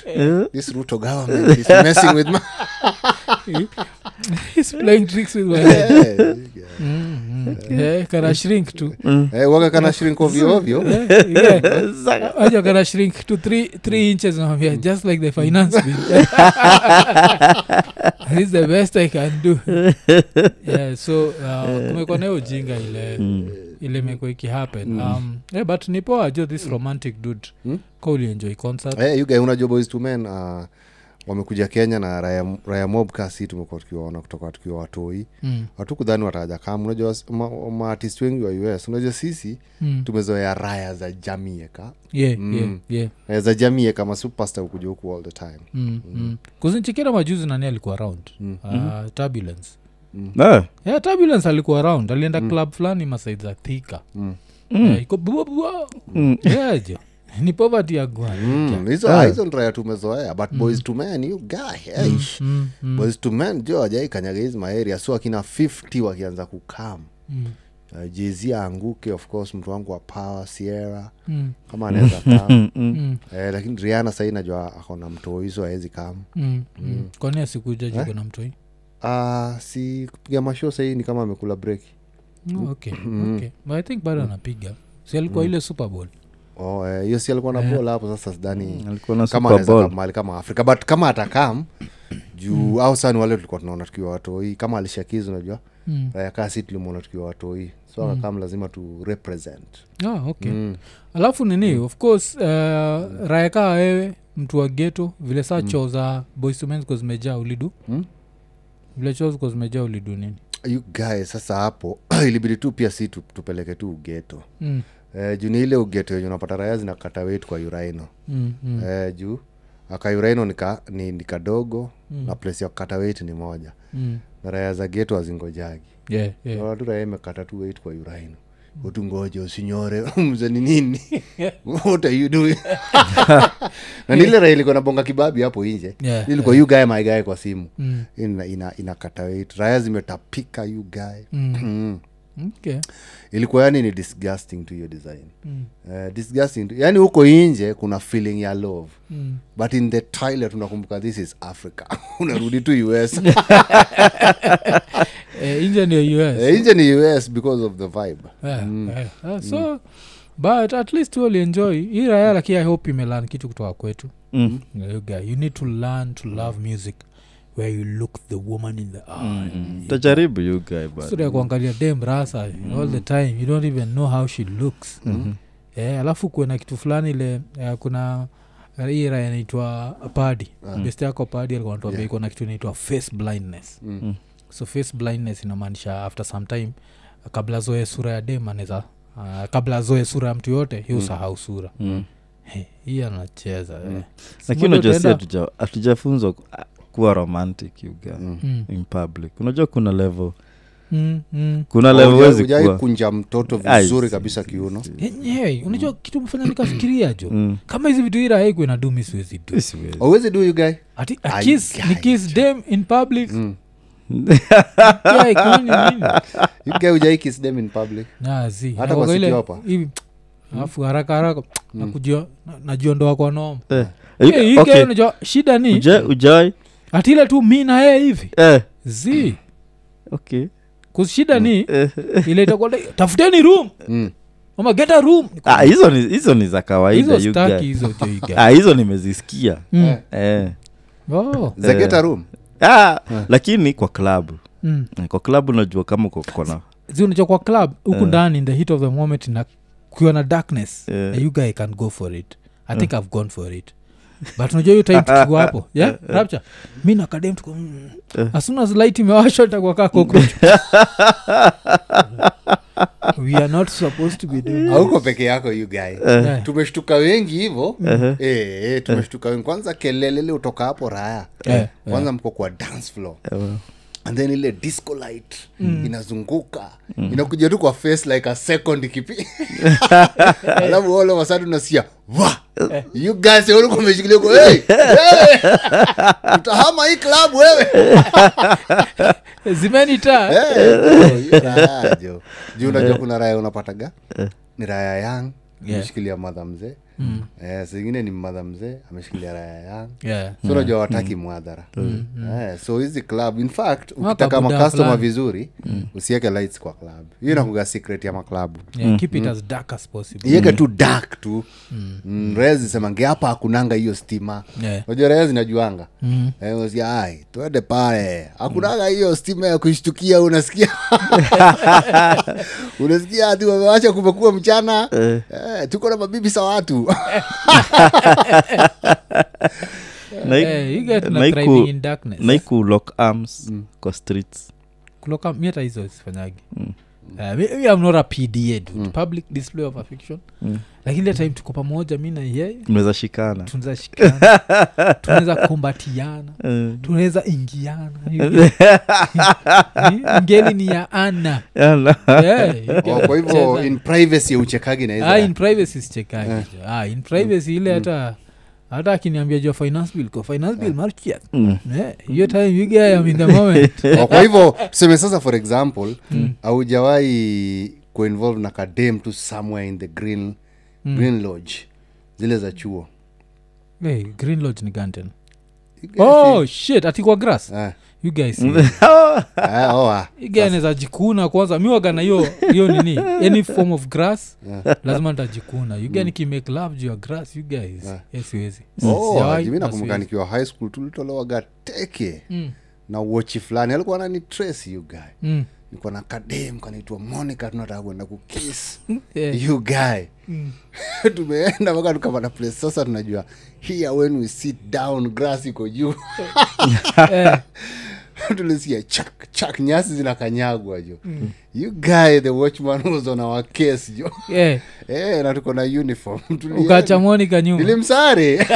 this ruto government is messing with my
He's playing tricks with my head.
Eh,
Mm, mm. Eh, kana shrink tu
eh, waga kana shrink ovyo ovyo
Eh, yeah. Aja kana shrink to three, three inches naambia just like the finance bill this is the best i can do yeah, Mm. so uh, kumekuwa nayo ujinga ile ile imekuwa ikihappen um, yeah, but nipoa jo this romantic dude
Mm.
ka ulienjoy concert
eh, you guy unajua boys to men uh, wamekuja kenya na raya, raya mob kasi tumekuwa tukiwaona kutoka tukiwa watoi
Mm,
hatukudhani wataja kama unajua maartist ma artist wengi wa us unajua sisi
mm.
tumezoea raya za jamieka
yeah,
Mm.
yeah, yeah.
Eh, za jamii kama supasta ukuja huku all the time
Mm, mm. kuzinchikira majuzi nani alikuwa round uh, turbulence Mm. yeah, turbulence alikuwa round alienda club fulani masaid za thika
Mm.
Yeah, iko bua bua Yeah, jo. ni poverty ya gwan
Mm, hizo ah, hizo ndraya tumezoea but boys to men you guy eh, ish.
Mm, mm,
boys to men jo ajaikanyaga hizi maeria so akina 50 wakianza kukam
mm,
uh, jezi aanguke of course mtu wangu wa power sierra
mm,
kama anaweza kam
mm,
eh, lakini riana sahii najua akona mtoi so aezi kam
mm, mm. kwani asikuja juko na mtoi
uh, si kupiga masho sahii ni kama amekula break
No, Oh, okay, okay. But I think bado anapiga si alikuwa ile super bowl
oh, eh, hiyo si alikuwa na bol hapo sasa sidhani
Mm.
alikuwa na
kama
Super
anaweza
Bowl.
kama mahali kama afrika but kama atakam juu au sani wale tulikuwa tunaona tukiwa watoi kama alishakizi unajua
Mm.
raya kaa si tulimwona tukiwa watoi so akakam lazima tu represent
Ah, okay alafu nini of course uh, raya kaa wewe mtu wa geto vile saa choo za boys to men zilikuwa zimejaa ulidu
Mm.
vile choo zilikuwa zimejaa ulidu nini
you guy sasa hapo ilibidi tu pia si tu- tupeleke tu ugeto
mm.
eh, juu ni ile ugeto yenye unapata raya zinakata wetu kwa uraino
Mm, mm.
eh, juu akauraino ni, ka, ni, ni kadogo na place ya kukata weight ni moja
Mm.
na raya za geto hazingojagi
Yeah, yeah.
watu raya imekata tu weight kwa uraino utungoje usinyore mze ni nini what are you doing na nile raya ilikuwa nabonga kibabi hapo nje
Yeah,
ilikuwa yeah. ugae maigae kwa simu
Mm.
inakata ina, ina inakata weight raya zimetapika ugae
Mm.
mm.
okay.
ilikuwa yani ni disgusting to your design mm. uh, disgusting to, yani huko inje kuna feeling ya love mm. but in the toilet unakumbuka this is africa unarudi tu us
Eh, inje ndio us
Eh, inje ni us because of the vibe
Yeah, yeah. Ah, so but at least walienjoy hii raya lakini i hope imelan kitu kutoka kwetu
Mm.
Yeah, you guy, you need to learn to love music where you look the woman in the
Mm.
eye
tajaribu you guy but
Mm. sura ya kuangalia dem rasa all the time you don't even know how she looks eh, alafu kuena kitu fulani ile eh, kuna eh, hii raya inaitwa padi best yako padi alikuwa anatuambia iko na kitu inaitwa face blindness
Mm.
so face blindness inamaanisha after some time kabla zoe sura ya dem anaweza uh, kabla azoe sura ya mtu yote hi usahau sura
Mm.
He, hii anacheza eh.
lakini
Moja
unajua si
utaenda-
hatuja- hatujafunzwa ku- ah, kuwa romantic you guy
Mm,
in public unajua kuna level
mm, mm.
kuna level wezi
ujai
kuwa
kunja mtoto
Ai,
vizuri
si-
kabisa kiuno
yenyewe unajua kitu mfanya nikafikiria jo
Mm.
kama hizi vitu ira haiku inadumi siwezi du
Siwezi.
awezi do you guy
ati a
Ai,
kiss, ni
guy,
kiss dem in public
Mm.
Yeah, kwani nini?
you guy ujai kiss them in public
Na, zi,
Hata
na
kwa
kwa ile-
sikio hapa.
hivi, alafu haraka haraka nakujio- na- najiondoa kwa noma
Eh,
Eh, hii
eh, okay.
guy unajua shida ni
Uja- ujai
ati ile tu mi na yeye hivi
eh,
zi
okay.
kushida ni
Eh,
ile itakuwa like, tafuteni room
mm.
ama get a room
ah, hizo ni hizo ni za kawaida
hizo
you
staki
guy.
hizo joiga
Ah, hizo nimezisikia
Mm.
eh.
Oh,
They get a room
ah, lakini kwa klabu
mm.
Eh, kwa klabu unajua kama uko kona
zi unajua kwa club huku
Eh.
ndani in the heat of the moment na kuwa na darkness
Eh.
eh, you guy can go for it i think i've gone for it but unajua hiyo time tukiwa hapo
Eh,
yeah? rapture mi na kadem tuko mm. as soon as light imewashwa itakuwa kaa cockroach. we are not supposed to be doing
auko peke yako you guy
Eh.
tumeshtuka wengi hivo Eh, eh, tumeshtuka wengi kwanza kelelele utoka hapo raya
Eh,
kwanza mko kwa dance floor and then ile disco light inazunguka inakuja tu kwa face like a second kipi alafu all of a sudden unasikia wa you guys ulikuwa umeshikilia kwa hey, hey! utahama hii club wewe
zimeni taa
Eh, raya jo. juu unajua kuna raya unapataga ni raya yang ameshikilia madha mzee Eh, saa ingine ni madha mzee ameshikilia raya yang
yeah.
so unajua wataki mwadhara Eh, so hizi club in fact
Waka
ukitaka
buda
makastoma
fulani.
vizuri usiweke lights kwa club hiyo inakuga secret ya maklabu
Yeah, keep it as dark as possible
iweke tu dark tu mm. rezi semange hapa hakunanga hiyo stima
Yeah.
najua rezi zinajuanga Eh, unasikia, "Ai, twende pale hakunanga hiyo stima ya kushtukia unasikia unasikia ati wamewacha kumekuwa mchana eh, tuko na mabibi sa watu
Na hii-
Eh, you get na
na hii
thriving
ku-
in darkness.
na hii ku lock arms kwa streets
kuloka mi hata hizo sifanyagi Eh, mi- mi am not a pda dude. public display of affection lakini ile time tuko pamoja mi na yeye
mnaweza shikana
tunaweza shikana tunaweza kombatiana
Eh,
tunaweza ingiana Ni- ngeli ni ya ana
yala.
Eh, you
Oh,
get-
kwa hivyo
cheza.
in privacy uchekagi na hizo
Ah, in privacy
Eh.
sichekagi Ah, in privacy
Hmm.
ile hata hata akiniambia jua finance bill ko finance bill marchia
Hmm.
Mm.
Eh, hiyo time you guy am in the moment
Oh, kwa hivyo tuseme sasa for example aujawahi kuinvolve na kadem tu somewhere in the green, green lodge zile za chuo
hey, green lodge ni gani tena
You guys
oh shit atikwa grass
Eh,
you guys
eh, oh, ah.
iganeza jikuna kwanza mi wagana hiyo hiyo nini any form of grass lazima ntajikuna you
Hmm.
guy nikimake love juu ya grass you guys yes siwezi
Ah. Oh,
Sijawahi, na
mimi nakumbuka
Mm. siwezi.
nikiwa high school tulitolewaga teke
Mm,
na wochi fulani alikuwa nani trace you guy
mm,
nikuwa na kadem kanaitwa monica tunataka kwenda kukis
yeah.
you guy
Mm.
tumeenda mpaka tukapata place sasa tunajua here when we sit down grass iko juu
Eh,
tulisikia chak chak nyasi zinakanyagwa jo
Mm.
you guy the watchman was on our case jo
eh,
eh na tuko na uniform Tulienda.
ukacha monika nyuma
nilimsare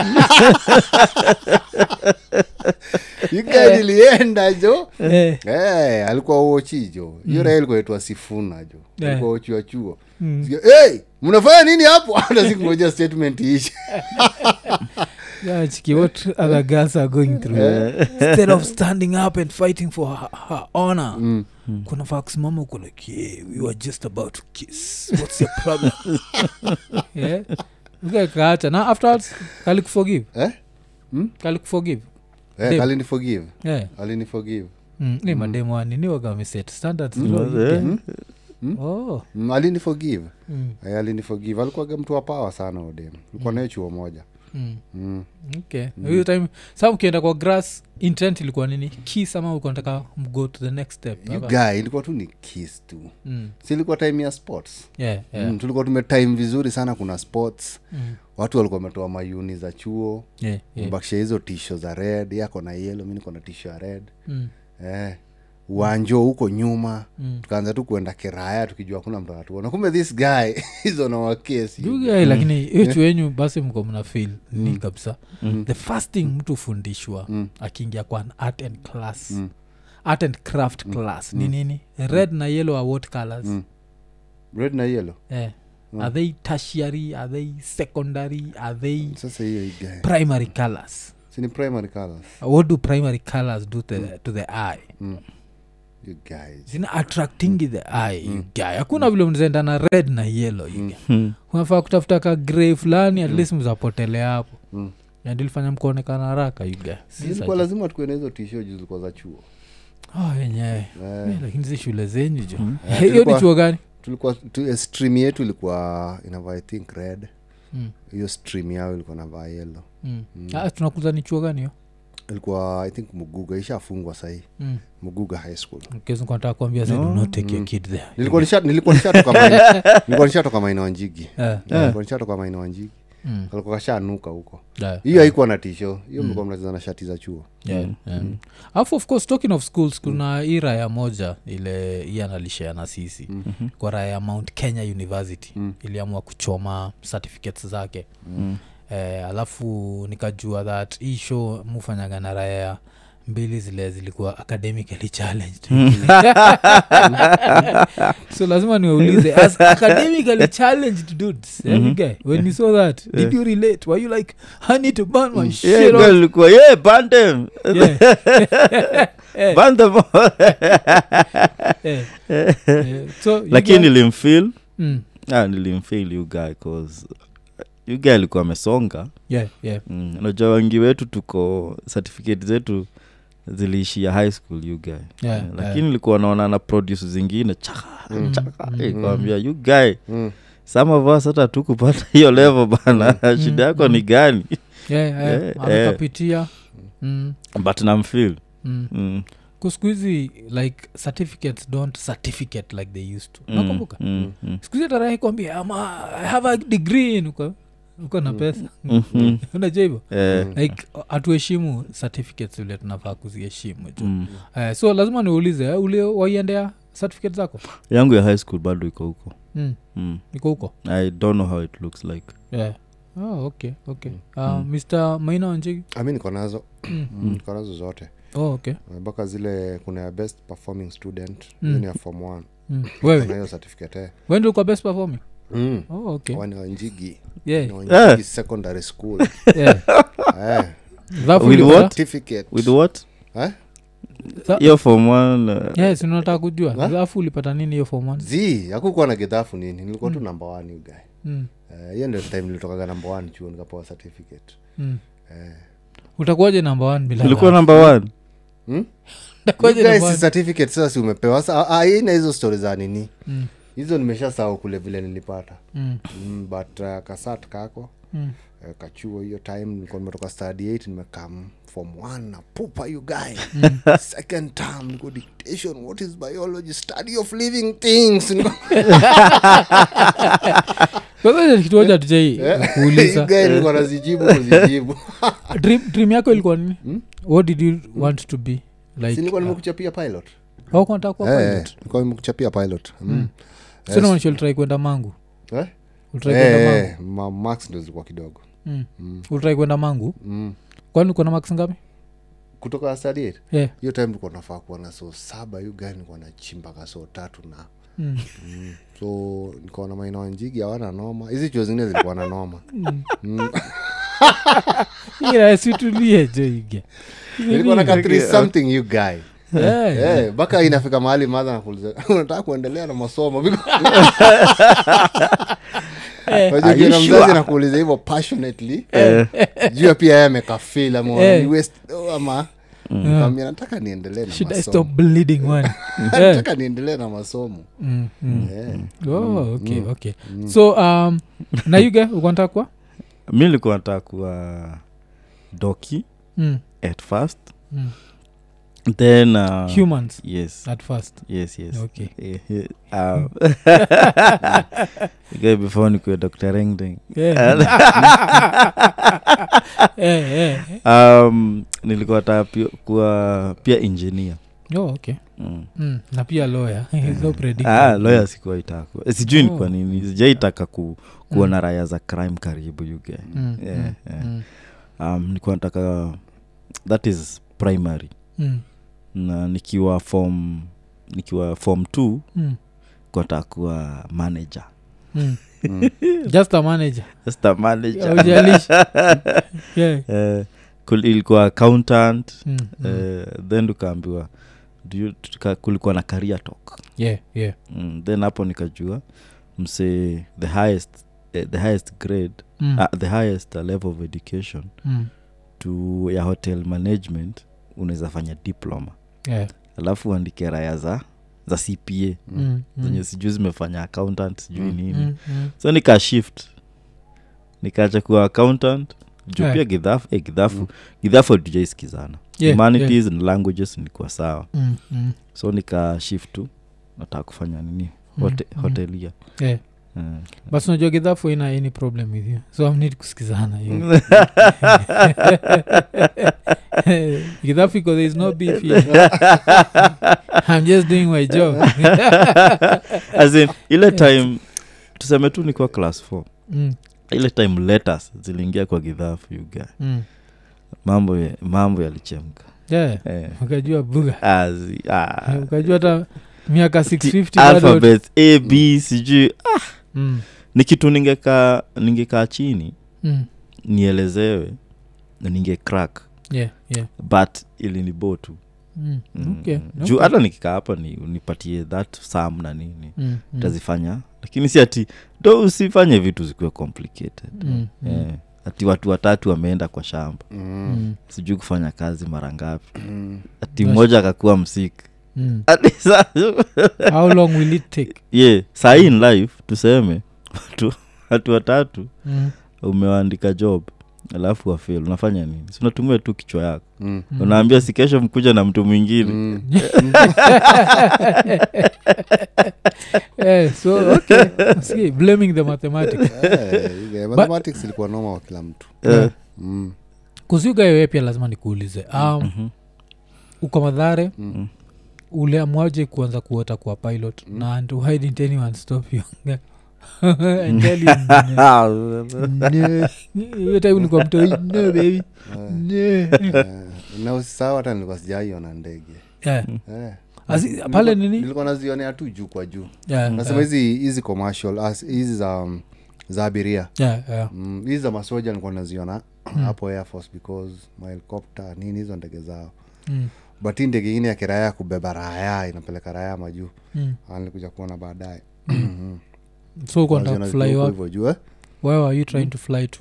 you guy nilienda jo
Eh,
Eh, alikuwa uochi jo hiyo raha ilikuwa itwa sifuna jo
Mm. Eh. Mm.
alikuwa uochi wa chuo Sikia, hey, mnafanya nini hapo hata sikungoja statement ishe
Yeah, Chiki, what other girls are going through instead of standing up and fighting for her, her honor mm. kunafaa kusimama uko like yeah, we were just about to kiss what's your problem yeah ukakaacha na afterwards kalikuforgive
Eh? Hmm?
kalikuforgive
Eh,
Dave.
alini forgive
yeah
alini forgive
mm. ni mademu aniniwaga wameset standards mm.
Mm.
oh.
Mm, alini forgive
mm.
Eh, alini forgive alikuwaga mtu wa pawa sana udem ulikuwa nayo chuo moja
Mm.
mm.
okay hiyo time sa ukienda kwa grass intent ilikuwa nini kis ama ulikuwa nataka mgo to the next step
you
Hapa.
guy ilikuwa tu ni kiss tu
mm.
si ilikuwa time ya sports
yeah, yeah.
mm, tulikuwa tumetime vizuri sana kuna sports
Mm.
watu walikuwa wametoa mayuni za chuo
yeah, yeah.
mbakisha hizo tisho za red yako na yelo mi niko na tisho ya red
Mm.
eh, uwanjo huko nyuma
Mm.
tukaanza tu kuenda kiraya tukijua kuna mtu anatuona kumbe this guy hizo na wakesi
Jugai, eh, lakini hichu wenyu basi mko mna fil ni kabisa the first thing mtu hufundishwa akiingia kwa an art and class art and craft class ni nini red na yellow are what colors
red na yelo
eh. are they tertiary are they secondary are they
sasa hiyo hii guy
primary colors
sini primary colors
what do primary colors do to, the- to the eye
you guys
zina attractingi the eye mm. guy hakuna vile mnaenda na red na yellow mm.
Mm.
unafaa kutafuta ka grey fulani at least mzapotele hapo mm. ndilifanya mkuonekana haraka yuga
zilikuwa lazima tukuwe na hizo tisho juu zilikuwa za chuo
wenyewe
eh,
Ah, Eh, lakini zi shule zenyu jo Eh, hiyo ni
Ilikuwa-
chuo gani
tulikuwa tu, eh, stream yetu ilikuwa inavaa i think red
Mm,
hiyo stream yao ilikuwa navaa yelo
mm. Ah, tunakuza ni chuo gani hiyo
ilikuwa i think muguga ishafungwa sahii
Mm.
muguga high school
Mkezi kwa nataka kuambia no. Mm. not take your kid there
nilikuwa nisha- nilikuwa nishatoka maina- nilikuwa nishatoka maina wanjigi
Eh,
nilikuwa nishatoka maina wanjigi
Mm.
kalikuwa kashanuka huko
da,
hiyo haikuwa na tisho hiyo mlikuwa mnacheza na shati za chuo
yeah, yeah. Mm. alafu of course talking of schools kuna hii raya moja ile hii analisheana sisi kwa raya ya mount kenya university iliamua kuchoma certificates zake mm. eh, alafu nikajua that hii show mufanyaga na raya ya mbili zile zilikuwa academically challenged so lazima niwaulize as academically challenged dudes eh, guy, when you saw that did you relate were you like i need to burn my shit oh. Eh.
Yeah,
off?"
girl, ilikuwa, yeah, burn them.
Yeah.
Burn them all.
Eh, eh, so you
lakini
guys-
nilimfil
Mm,
ah, nilimfil yugae cause yugae alikuwa amesonga
yeah, yeah.
mm. najua wengi wetu tuko certificate zetu ziliishia high school yugae
Yeah,
Eh, lakini
yeah.
nilikuwa naona na produce zingine chaka
Mm.
chaka
Mm.
Eh, kawambia you guy
mm.
some of us hata tukupata hiyo level bana
Mm-hmm.
shida yako ni gani
Yeah, yeah,
Yeah,
amekapitia Mm,
but namfil
mm.
mm.
kuskuhizi like certificates don't certificate like they used to
mm,
nakumbuka Mm-hmm.
mm, mm.
skuhizi tarahi kwambia ama i have a degree in uko uko
Mm.
na pesa
Mhm.
unajua hivyo
Eh,
like hatuheshimu certificates vile tunafaa kuziheshimu tu
mm.
Eh, so lazima niulize eh, ule waiendea certificate zako
yangu ya high school bado iko huko
mm.
mm.
niko huko
i don't know how it looks like
yeah. oh, okay okay
Mm.
uh, mr maina wanjigi
Ah, mi niko nazo Mm, niko nazo zote
oh, okay
mpaka zile kuna ya best performing student hiyo ni ya form one
Mm.
na
wewe
hiyo certificate eh.
wende ulikuwa best performing
mm.
oh, okay. Eh.
Wani wanjigi
yeah,
Ni wanjigi secondary school
yeah.
eh.
Alafu
With
ulikuwa-
what?
certificate
with what
eh?
Sa-
hiyo form one uh,
yes unataka kujua alafu ulipata nini hiyo form one?
z hakukuwa na kidhafu nini nilikuwa tu namba one you guy
mm.
Eh, hiyo ndio time nilitokaga namba one chuo nikapewa certificate
mm. utakuwaje namba one bila
ulikuwa
dhahabu?
number one
Utakuwaje
You guys,
number one?
certificate sasa si umepewa Sasa, ah, ah, hii na hizo stori za nini
Mm.
hizo nimesha sahau kule vile nilipata
Mm.
mm, but uh, kasat kako
Mm.
uh, kachuo hiyo time nilikuwa nimetoka study 8 nimekam form 1 na pupa you guy
Mm.
second term niko dictation what is biology study of living things Niko-
Kwa hivyo ni kitu moja hatujai
you
kuuliza
guy nilikuwa nazijibu kuzijibu
dream, dream yako ilikuwa nini what did you want to be
Hmm? si
like
nilikuwa nimekuchapia pilot
haukuwa nataka kuwa
Eh,
pilot
nilikuwa nimekuchapia pilot mm.
sio na maanisha ulitry kwenda mangu
eh?
ulitry kwenda mangu
Eh, ma- marks ndo zilikuwa kidogo
mm. ulitry kwenda mangu
mm.
kwani uko na max ngapi Eh.
kutoka study eight,
yeah.
hiyo time nilikuwa nafaa kuwa na so saba hiyo gani nilikuwa nachimba ka so tatu na Hmm.
mm.
so nikaona maina wanjigi hawana noma hizi chuo zingine zilikuwa na noma
Ila, situlie joige
ilikuwa naka three something you guy Eh, mpaka inafika mahali madha nakuuliza unataka kuendelea na masomo
Are you
najua
sure?
mzazi nakuuliza hivyo passionately jua pia yeye amekafil ama
Eh.
ni waste- oh, ama nikamwambia, nataka niendelee na
should i
masomo.
stop bleeding one Eh.
nataka niendelee na masomo
Mm, mm.
Eh.
Oh,
Mm.
okay, okay. so um, na yuge ukonta kwa
mi likuwa nataka kuwa doki
mm.
at first
Mm.
then uh,
humans
yes
at first
yes yes
Ah. Okay. Hmm.
Eh, eh, um, Guy before nikuwe dr rengding
Yeah. Eh, eh.
um, nilikuwa nataka pia kuwa pia engineer
Oh, okay.
mm.
Mm, na pia lawyer. So predictable.
ah, lawyer sikuwa itaka Eh, sijui
Oh. Hmm.
ni kwa nini sijaitaka ku, kuona raya za crime karibu yuge
Mm,
yeah, yeah.
mm,
eh. um, nilikuwa nataka that is primary
mm,
na nikiwa form nikiwa form two
mm,
kata kuwa manager
mm. just a manager
Just a manager
Haujalishi. Yeah.
Eh, kul- ilikuwa accountant
Mm, mm.
eh, then tukaambiwa do you- tuka- kulikuwa na career talk
Yeah, yeah.
mm, then hapo nikajua mse the highest eh, the highest grade
Mm,
ah, the highest level of education
mm.
to ya hotel management unaweza fanya diploma
Yeah.
alafu uandike raya za za cpa
Mm, mm,
zenye sijui zimefanya accountant sijui
Mm.
nini
mm, mm.
so nika shift nikaacha kuwa accountant juu
Yeah.
pia gidhafu eh, gidhafu
Mm.
gidhafu hatujaisikizana
Yeah, yeah.
humanities and languages nilikuwa sawa
Mm, mm.
so nika shift tu nataka kufanya nini
Mm,
Hote,
mm.
hotelia
Yeah.
Eh.
but unajua gidhafu ina any problem with you so amnid kusikizana hiyo. gidhafu iko there is no beef here. i'm just doing my job
As in, ile time tuseme tu nikuwa class 4
mm,
ile time letters ziliingia kwa gidhafu yuga
mm.
mambo ya- mambo yalichemka
yeah.
eh.
ukajua buga
Azi- ah.
ukajua hata miaka
Ti-
650 bado-
alphabet a b sijui
Mm,
ni kitu ningekaa ningekaa chini
mm.
nielezewe na ninge crack
yeah, yeah.
but ilinibo tu
Mm,
Mm.
okay,
juu
okay.
hata nikikaa hapa ni unipatie that sam na nini
Mm, mm.
tazifanya lakini si ati do usifanye vitu zikuwe complicated
Mm, mm,
Eh, ati watu watatu wameenda kwa shamba
Mm,
mm,
sijui kufanya kazi mara ngapi
mm.
ati
Yes.
mmoja akakuwa msiki
mm.
Ati sa-
how long will it take
yeah, sahii in life tuseme watu, watu watatu
mm.
umewaandika job alafu wafil unafanya nini si unatumia tu kichwa yako
Mm.
Mm.
unaambia si kesho mkuja na mtu mwingine
Mm.
Eh, so okay See, blaming the mathematics
Eh, yeah, mathematics ilikuwa noma wa kila mtu
Eh,
mm.
kuziugawewe pia lazima nikuulize um,
mhm.
uko madhare
Mm.
uliamwaje kuanza kuota kuwa pilot mm. na and why didn't anyone stop you I tell you, no.
Ah,
No. Hiyo time nilikuwa mtoi, no, baby. No.
Eh, na usisahau hata nilikuwa sijaiona ndege
Yeah.
Eh,
Asi-
nilikuwa-
pale nini
nilikuwa nazionea tu juu kwa juu
Yeah,
nasema hizi hizi commercial as- hizi za um, za abiria
yeah, yeah.
Mm, hizi za masoja nilikuwa naziona hapo air force because mahelikopta nini hizo ndege zao
Mm,
but hii ndege ingine ya kiraya ya kubeba raya inapeleka raya majuu
mm.
Ah, nilikuja kuona baadaye
so uko nataka
Naziona
kufly
juu
wapi?
hivyo juu eh.
where were you trying to fly to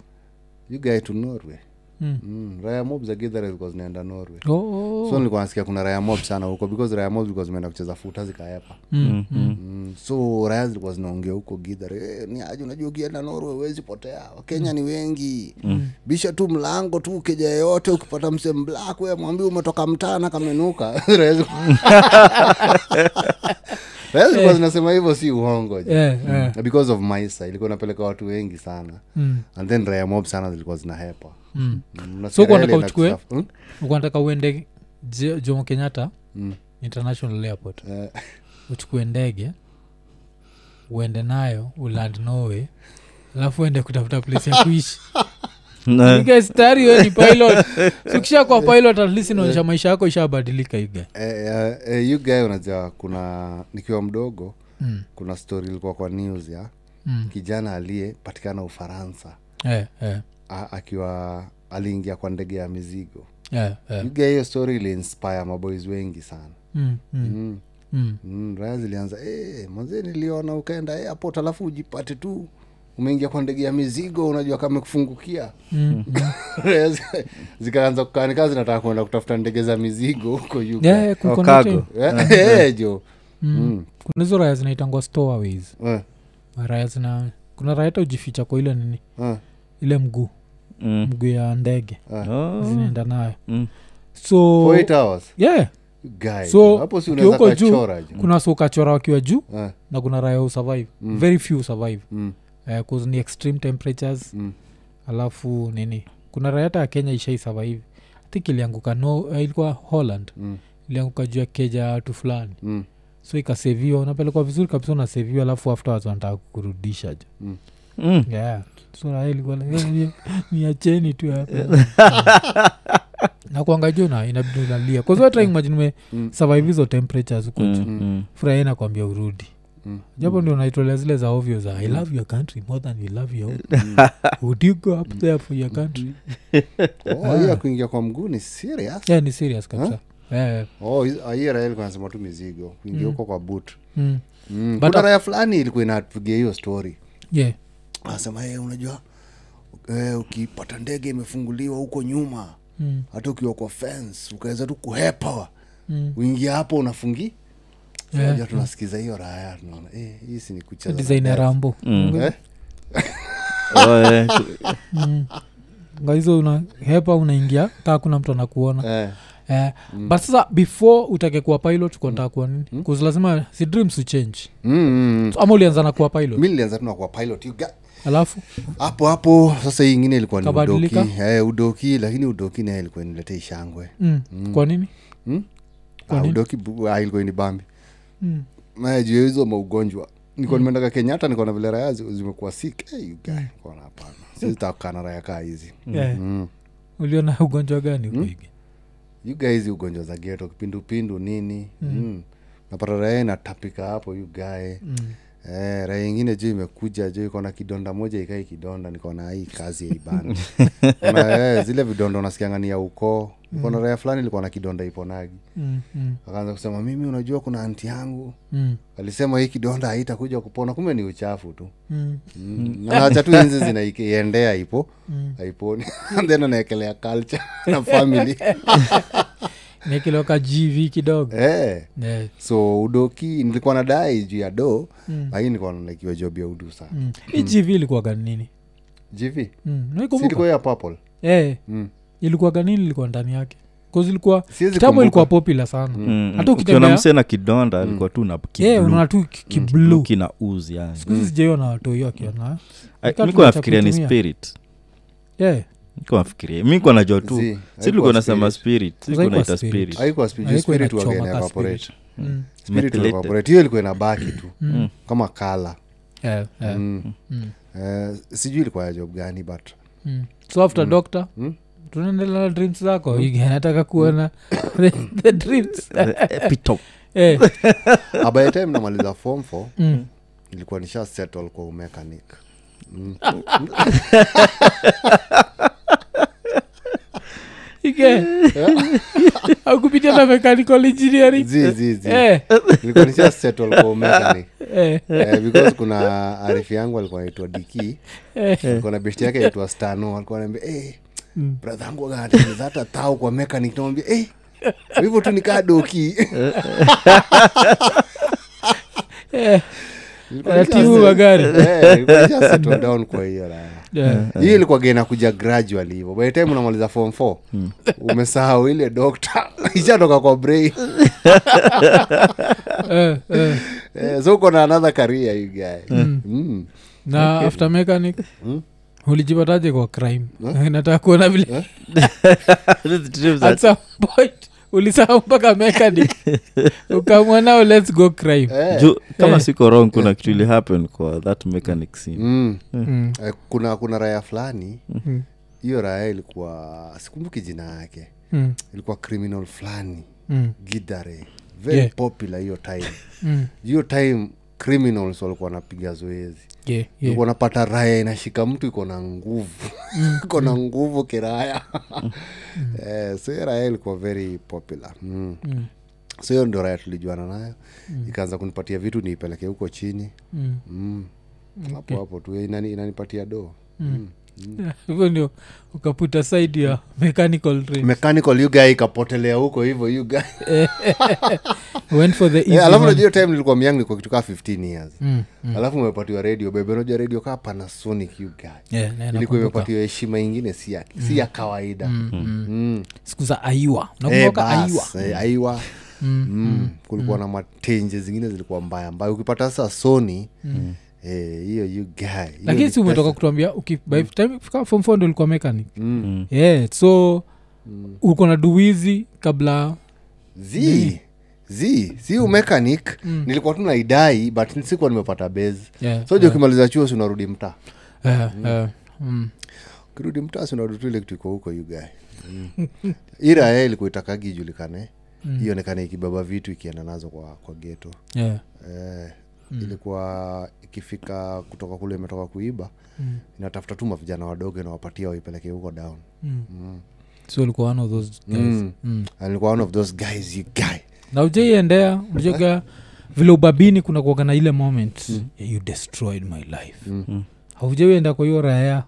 you guy to norway
Mm.
Mm, raya mob za githere zilikuwa zinaenda norway
Oh, oh, oh.
so nilikuwa nasikia kuna raya mob sana huko because raya mob zilikuwa zimeenda kucheza futa zikaepa
Mm, mm.
mm, so raya zilikuwa zinaongea huko githere eh, ni aje unajua ukienda norway huwezi potea wakenya ni wengi mm. bisha tu mlango tu ukija yeyote ukipata mse mblak we mwambie umetoka mtana kamenuka raya zilikuwa- Raya zilikuwa
Eh.
zinasema hivyo si uongo je.
Yeah, yeah.
Na because of maisa ilikuwa inapeleka watu wengi sana
Mm.
and then raya mob sana zilikuwa zinahepa
Mm.
Mm, na
So
Sierra
kuandika
Leone
uchukue?
akisaf- Hmm?
Ulikuwa unataka uende Je- jomo kenyatta
Mm.
international airport
Eh,
uchukue ndege uende nayo uland norway alafu uende kutafuta place ya kuishi
na-
stari we ni pilot sikisha kwa pilot at least inaonyesha maisha yako ishabadilika iga
eh, eh, eh, you guy unajua kuna nikiwa mdogo
Mm.
kuna story ilikuwa kwa news ya
Mm.
kijana aliyepatikana ufaransa
Eh, eh.
a- akiwa aliingia kwa ndege ya mizigo
yeah, yeah.
uga hiyo story iliinspire maboys wengi sana
eh. Mm, mm,
mm.
mm.
Mm, raya zilianza hey, mwanzie niliona ukaenda airport alafu ujipate tu umeingia kwa ndege ya mizigo unajua kama kufungukia
Mm.
Raya zi- zikaanza kukaanika zinataka kuenda kutafuta ndege za mizigo huko UK.
Yeah, yeah,
Oh,
kuko na
cargo.
hizo-
Eh, eh, jo Mm.
kuna hizo raya zinaitangwa stowaways
Eh,
raya zina kuna raya hata ujificha kwa ile nini
eh,
ile mguu
Mm.
mguu ya ndege
eh.
Oh.
zinaenda nayo
Mm.
so
For eight hours.
yeah
Guy,
So,
hapo si
ukiwa
unaweza
huko juu,
kachora jo
kuna sokachora wakiwa juu
Eh,
na kuna raya usurvive
Mm.
very few survive
mm,
uh, cause ni extreme temperatures
mm.
alafu nini kuna raya hata ya kenya ishaisurvive think ilianguka no uh, ilikuwa holland
Mm.
ilianguka juu ya keja watu fulani
Mm.
so ikaseviwa unapelekwa vizuri kabisa unaseviwa alafu afterwards wanataka kukurudisha jo
Mm.
yeah. so raha ilikuwa like, "Eh, ni- niacheni tu hapa na kuangajua na inabidi unalia kwazoataimajinume
Mm.
survive hizo temperatures huko juu
Mm. Mm.
furaha inakwambia urudi
Mm.
japo ndio unaitolea zile za ovyo za i love your country more than we love your own.
Mm.
would you go up there for your country
Oh, hiyo ya kuingia kwa mguu ni serious
Ah. yeah, ni serious kabisa yeah.
oh, hizo- hiyo raya ilikuwa nasema tu mizigo kuingia huko kwa boot
Mm.
mm.
But-
kuna raya fulani ilikuwa inapigia hiyo story
yeah.
anasema hey, unajua eh, ukipata ndege imefunguliwa huko nyuma
Mm.
hata ukiwa kwa fence ukaweza tu kuhepa
Mm.
uingia hapo unafungi
Yeah. Mm.
unajua tunasikiza hiyo raya tunaona eh, hii si ni kucheza na
design ya
death."
rambo
Mm.
Eh?
Oh, eh. Ku-
ngaizo una hepa unaingia kaa kuna mtu anakuona
Eh,
eh, but sasa before utake kuwa pilot kuantaa kuwa nini mm. lazima si dreams uchange
mm, mm, mm.
ama ulianza na kuwa pilot
mi nilianza tuna kwa pilot you ga-
alafu
hapo hapo sasa hii ingine ilikuwa ni udoki
Kabadilika?
eh, udoki lakini udoki naye ilikuwa niletea ishangwe
mm. kwa nini Kwa
Ah,
nini?
udoki bu- ah, ilikuwa ni bambi
mm.
najua hizo maugonjwa nikuwa
Hmm.
nimeendaka kenyatta nikuwa na vile raya zi- zimekuwa sik hey, kona hapana sizitakukana raya kaa hizi
Eh.
yeah.
mm.
uliona ugonjwa gani kuiga
you guy hizi ugonjwa za geto kipindupindu nini mm. Mm. napata raya inatapika hapo you guy
mm.
Eh, raya ingine juu imekuja juu iko na kidonda moja ikai kidonda nikaona hii kazi yaibana na eh, zile vidonda unasikianga ni ya ukoo ikona raya fulani ilikuwa na kidonda iponagi
Mm. Mm.
akaanza kusema mimi unajua kuna anti yangu
Mm.
alisema hii kidonda haitakuja kupona kumbe ni uchafu tu
Mm.
Mm, na acha tu inzi zinaiendea ipo
Mm.
haiponi And then anaekelea culture na family
nikiloka gv kidogo
eh.
yeah.
so udoki nilikuwa nadai juu ya do
Mm.
lakini nilikuwa nalaikiwa job ya udu sana
mm. hii gv ilikuwa ganini
gv
mm.
silikuwa
naikumbuka
ya purple
eh,
mm.
ilikuwa ganini ilikuwa ndani yake bcause ilikuwa
Siwezi
kitambo
kumbuka.
ilikuwa popular sana
Mm.
Hata
ukiona
ukitembea- Mm. Eh,
msee na kidonda alikuwa tu na ki-
yeah,
blue.
unaona tu
Mm.
ki- kiblu
kina uzi yani
skuhizi sijaiona watoi
Mm.
wakiona
Ai,
Nika
niko
tunacha
nafikiria ni
kuitumia.
spirit
yeah.
niko nafikiria mi kwa najua tu
Zii,
si
haikuwa
tulikuwa nasema spirit
Haikuwa
siko naita
spirit.
spirit
haikuwa spirit,
Haikuwa
spirit
inachoma
waga
ka
inaevaporate.
spirit. Mm.
Spirit
Methylated.
inaevaporate. hiyo ilikuwa inabaki tu
Mm.
kama kala
Yeah, yeah.
mm.
Mm.
eh, sijui ilikuwa ya job gani but
Mm. so after doctor
Mm.
tunaendelea na dreams zako Ige, nataka kuona the, the dreams
Epitop.
Eh,
abaya ah, time namaliza form four
mm.
nilikuwa nisha settle kwa umechanic mm.
Ige.
Eh?
akupitia na mechanical engineering
Zii, zii, zii.
Eh,
nilikuwa nisha settle kwa umechanic
eh,
Eh, because kuna arifi yangu alikuwa naitwa diki
eh.
alikuwa na besti yake aitwa stano alikuwa naambia hey,
Mm.
brother yangu agatengeza hata tau kwa mechanic namwambia hey, hivyo tu nikaa doki
Eh,
Nilikuwa nisha
ratibu
settle-
magari Eh.
Eh, nilikuwa nisha settle down kwa hiyo raya
Yeah.
hiyo ilikuwa gena kuja gradually hivyo by the time unamaliza form 4
Mm.
umesahau ile dokta ishatoka kwa brain
Eh, eh.
eh, so uko na another career you guy mm.
na after mechanic ulijipataje kwa crime
Eh?
Eh, nataka kuona vile
These dreams are-
at some point ulisahau mpaka mechanic ukamwa nao lets go crime
Eh,
Ju- kama
Eh.
siko wrong kuna kitu ili happen kwa that mechanic scene
mm.
Mm.
Eh, kuna kuna raya fulani
Mhm.
hiyo raya ilikuwa sikumbuki jina yake
Mm.
ilikuwa criminal fulani
Mm.
gidare very
Yeah.
popular hiyo time
Mm.
hiyo time criminals walikuwa wanapiga zoezi
yeah,
yeah.
yeah.
napata raya inashika mtu iko na nguvu
Mm.
iko na nguvu kiraya eh, so hiyo raya ilikuwa very popular mm. Mm so hiyo ndio raya tulijuana nayo mm. ikaanza kunipatia vitu niipeleke huko chini
Mm.
mm. hapo hapo tu inani, inanipatia doo mm.
hivyo ndio ukaputa side ya mechanical train.
mechanical you guy ikapotelea huko hivyo you guy
went for the easy
Eh, alafu
one.
najua hiyo time nilikuwa myang nilikuwa kitu kaa 15 years
Mm,
alafu umepatiwa radio bebe unajua radio kaa panasonic you guy
yeah, na-
ilikuwa
nakumbuka.
imepatiwa heshima ingine si ya, si ya kawaida mm.
siku za aiwa
Eh,
nakumbuka
bas,
aiwa
eh, aiwa Mm, kulikuwa na matenje zingine zilikuwa mbaya mbaya ukipata sasa soni eh, hiyo you guy, hiyo
Mm. lakini
ni
si umetoka
pesa.
kutuambia uki- by
Mm.
the time fika form four ndo ulikuwa mechanic yeah, so
Mm.
uko na duwizi kabla Mm.
zi zi si umechanic nilikuwa tu naidai but sikuwa nimepata base
Yeah,
so je ukimaliza chuo si unarudi mtaa
eh, eh, mm.
ukirudi mtaa si unarudi tu ile kitu iko huko you guy Mm. ira yeye ilikuwa itakagi ijulikane ionekane ikibeba vitu ikienda nazo kwa, kwa geto
yeah.
eh, mm. ilikuwa ikifika kutoka kule imetoka kuiba mm. inatafuta tu mavijana wadogo inawapatia waipeleke huko down
so ulikuwa one of those guys
Mm. And nilikuwa one of those guys you guy
na ujaiendea ujaga vile ubabini kuna kuaga na ile moment yeah, you destroyed my life mm. haujaienda kwa hiyo raya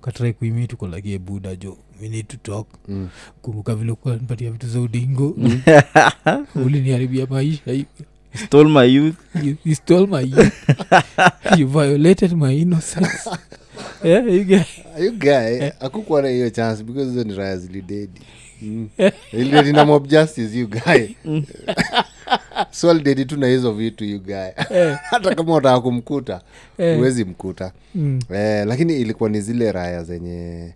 katrai kuimiti kolagie buda jo we need to talk mm. kumbuka vile kunipatia vitu za udingo uliniharibia maisha hivi.
stole my youth
you, you stole my youth. you violated my innocence yeah, you get,
you guy
Eh.
akukuwa na hiyo chance because hizo ni raya zilidedi Mm. Ilidedi na mob justice you guy
Mm.
so alidedi tu na hizo vitu you guy
eh,
hata kama utaka kumkuta
Eh.
huwezi mkuta
mm,
eh, lakini ilikuwa ni zile raya zenye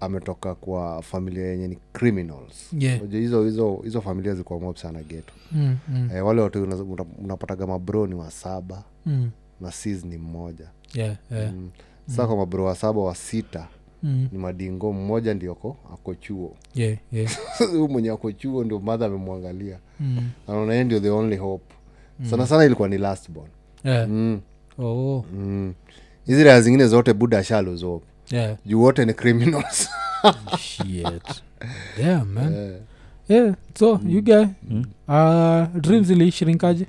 ametoka kwa familia yenye ni criminals
yeah,
Unajua hizo hizo hizo familia zilikuwa mob sana geto
mm, mm,
eh, wale watu una- una- unapataga mabro ni wa saba
mm,
na sis ni mmoja
yeah, yeah,
mm. sasa kwa mabro wa saba wa sita
mm,
ni madingo mmoja ndio ako ako chuo
yeah, yeah,
huyu mwenye ako chuo ndio madha amemwangalia
mm,
anaona yeye ndio the only hope sana sana ilikuwa ni last born
yeah.
mm.
Oh,
mm. hizi raya zingine zote buda ashalozopa
yeah.
juu wote ni criminals
Shit. Damn, man. Yeah. so
Mm.
you guy
Mm.
uh, dreams iliishirinkaje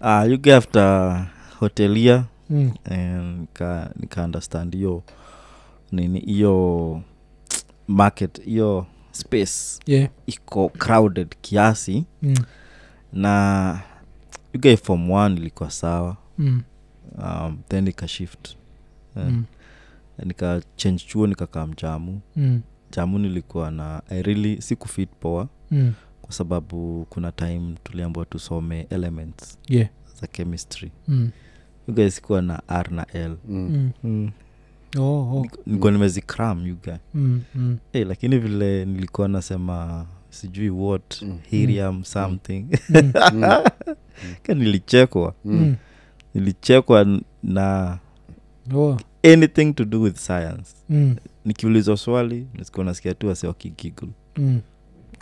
ah, you get after hotelia
mm.
and nika, nika understand hiyo nini hiyo market hiyo space
yeah.
iko crowded kiasi
mm.
na you get form one ilikuwa sawa
Mm.
um, then nikashift yeah.
Mm.
nika change chuo nikakaa mjamu
Mm.
jamu nilikuwa na I really sikufit poa
Mm.
kwa sababu kuna time tuliambiwa tusome elements
yeah
za chemistry
mm.
you guys sikuwa na r na l
mm.
Mm.
mm.
Oh, oh.
nilikuwa nimezikram you guy
Mm. Mm.
hey, lakini vile nilikuwa nasema sijui what
Mm.
hiriam something
Mm.
Mm.
ka nilichekwa
Mm.
nilichekwa na
Oh.
anything to do with science
Mm.
nikiulizwa swali nisikuwa nasikia tu wase wakigigl
Mm.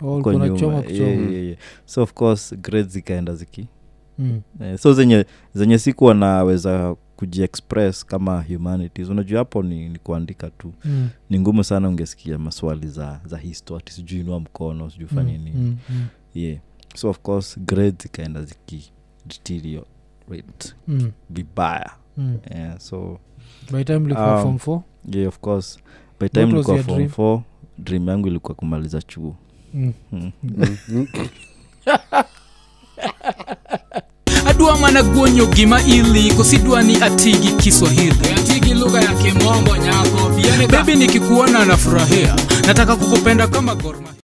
Oh,
huko
ulikuwa
nyuma.
unachoma
Yeah,
kuchoma.
yeah, yeah. so of course grades zikaenda ziki
Mm.
eh, so zenye zenye sikuwa naweza kujiexpress kama humanities unajua hapo ni, ni kuandika tu
Mm.
ni ngumu sana ungesikia maswali za za histati sijui inua mkono sijui fanye
Mm,
nini
mm, mm,
yeah so of course grades zikaenda ziki deteriorate
mm,
vibaya
mm.
yeah, so
by time ulikuwa
Um,
form four?
yeah, of course by
What
time
was
nilikuwa
your
form
dream?
four dream yangu ilikuwa kumaliza chuo
Mm.
mm.
adwa mana guonyo gima ili kosidwa ni atigi kiswahili
atiki lugha ya kimombo nyako
bebi nikikuona nafurahia nataka kukupenda kama gorma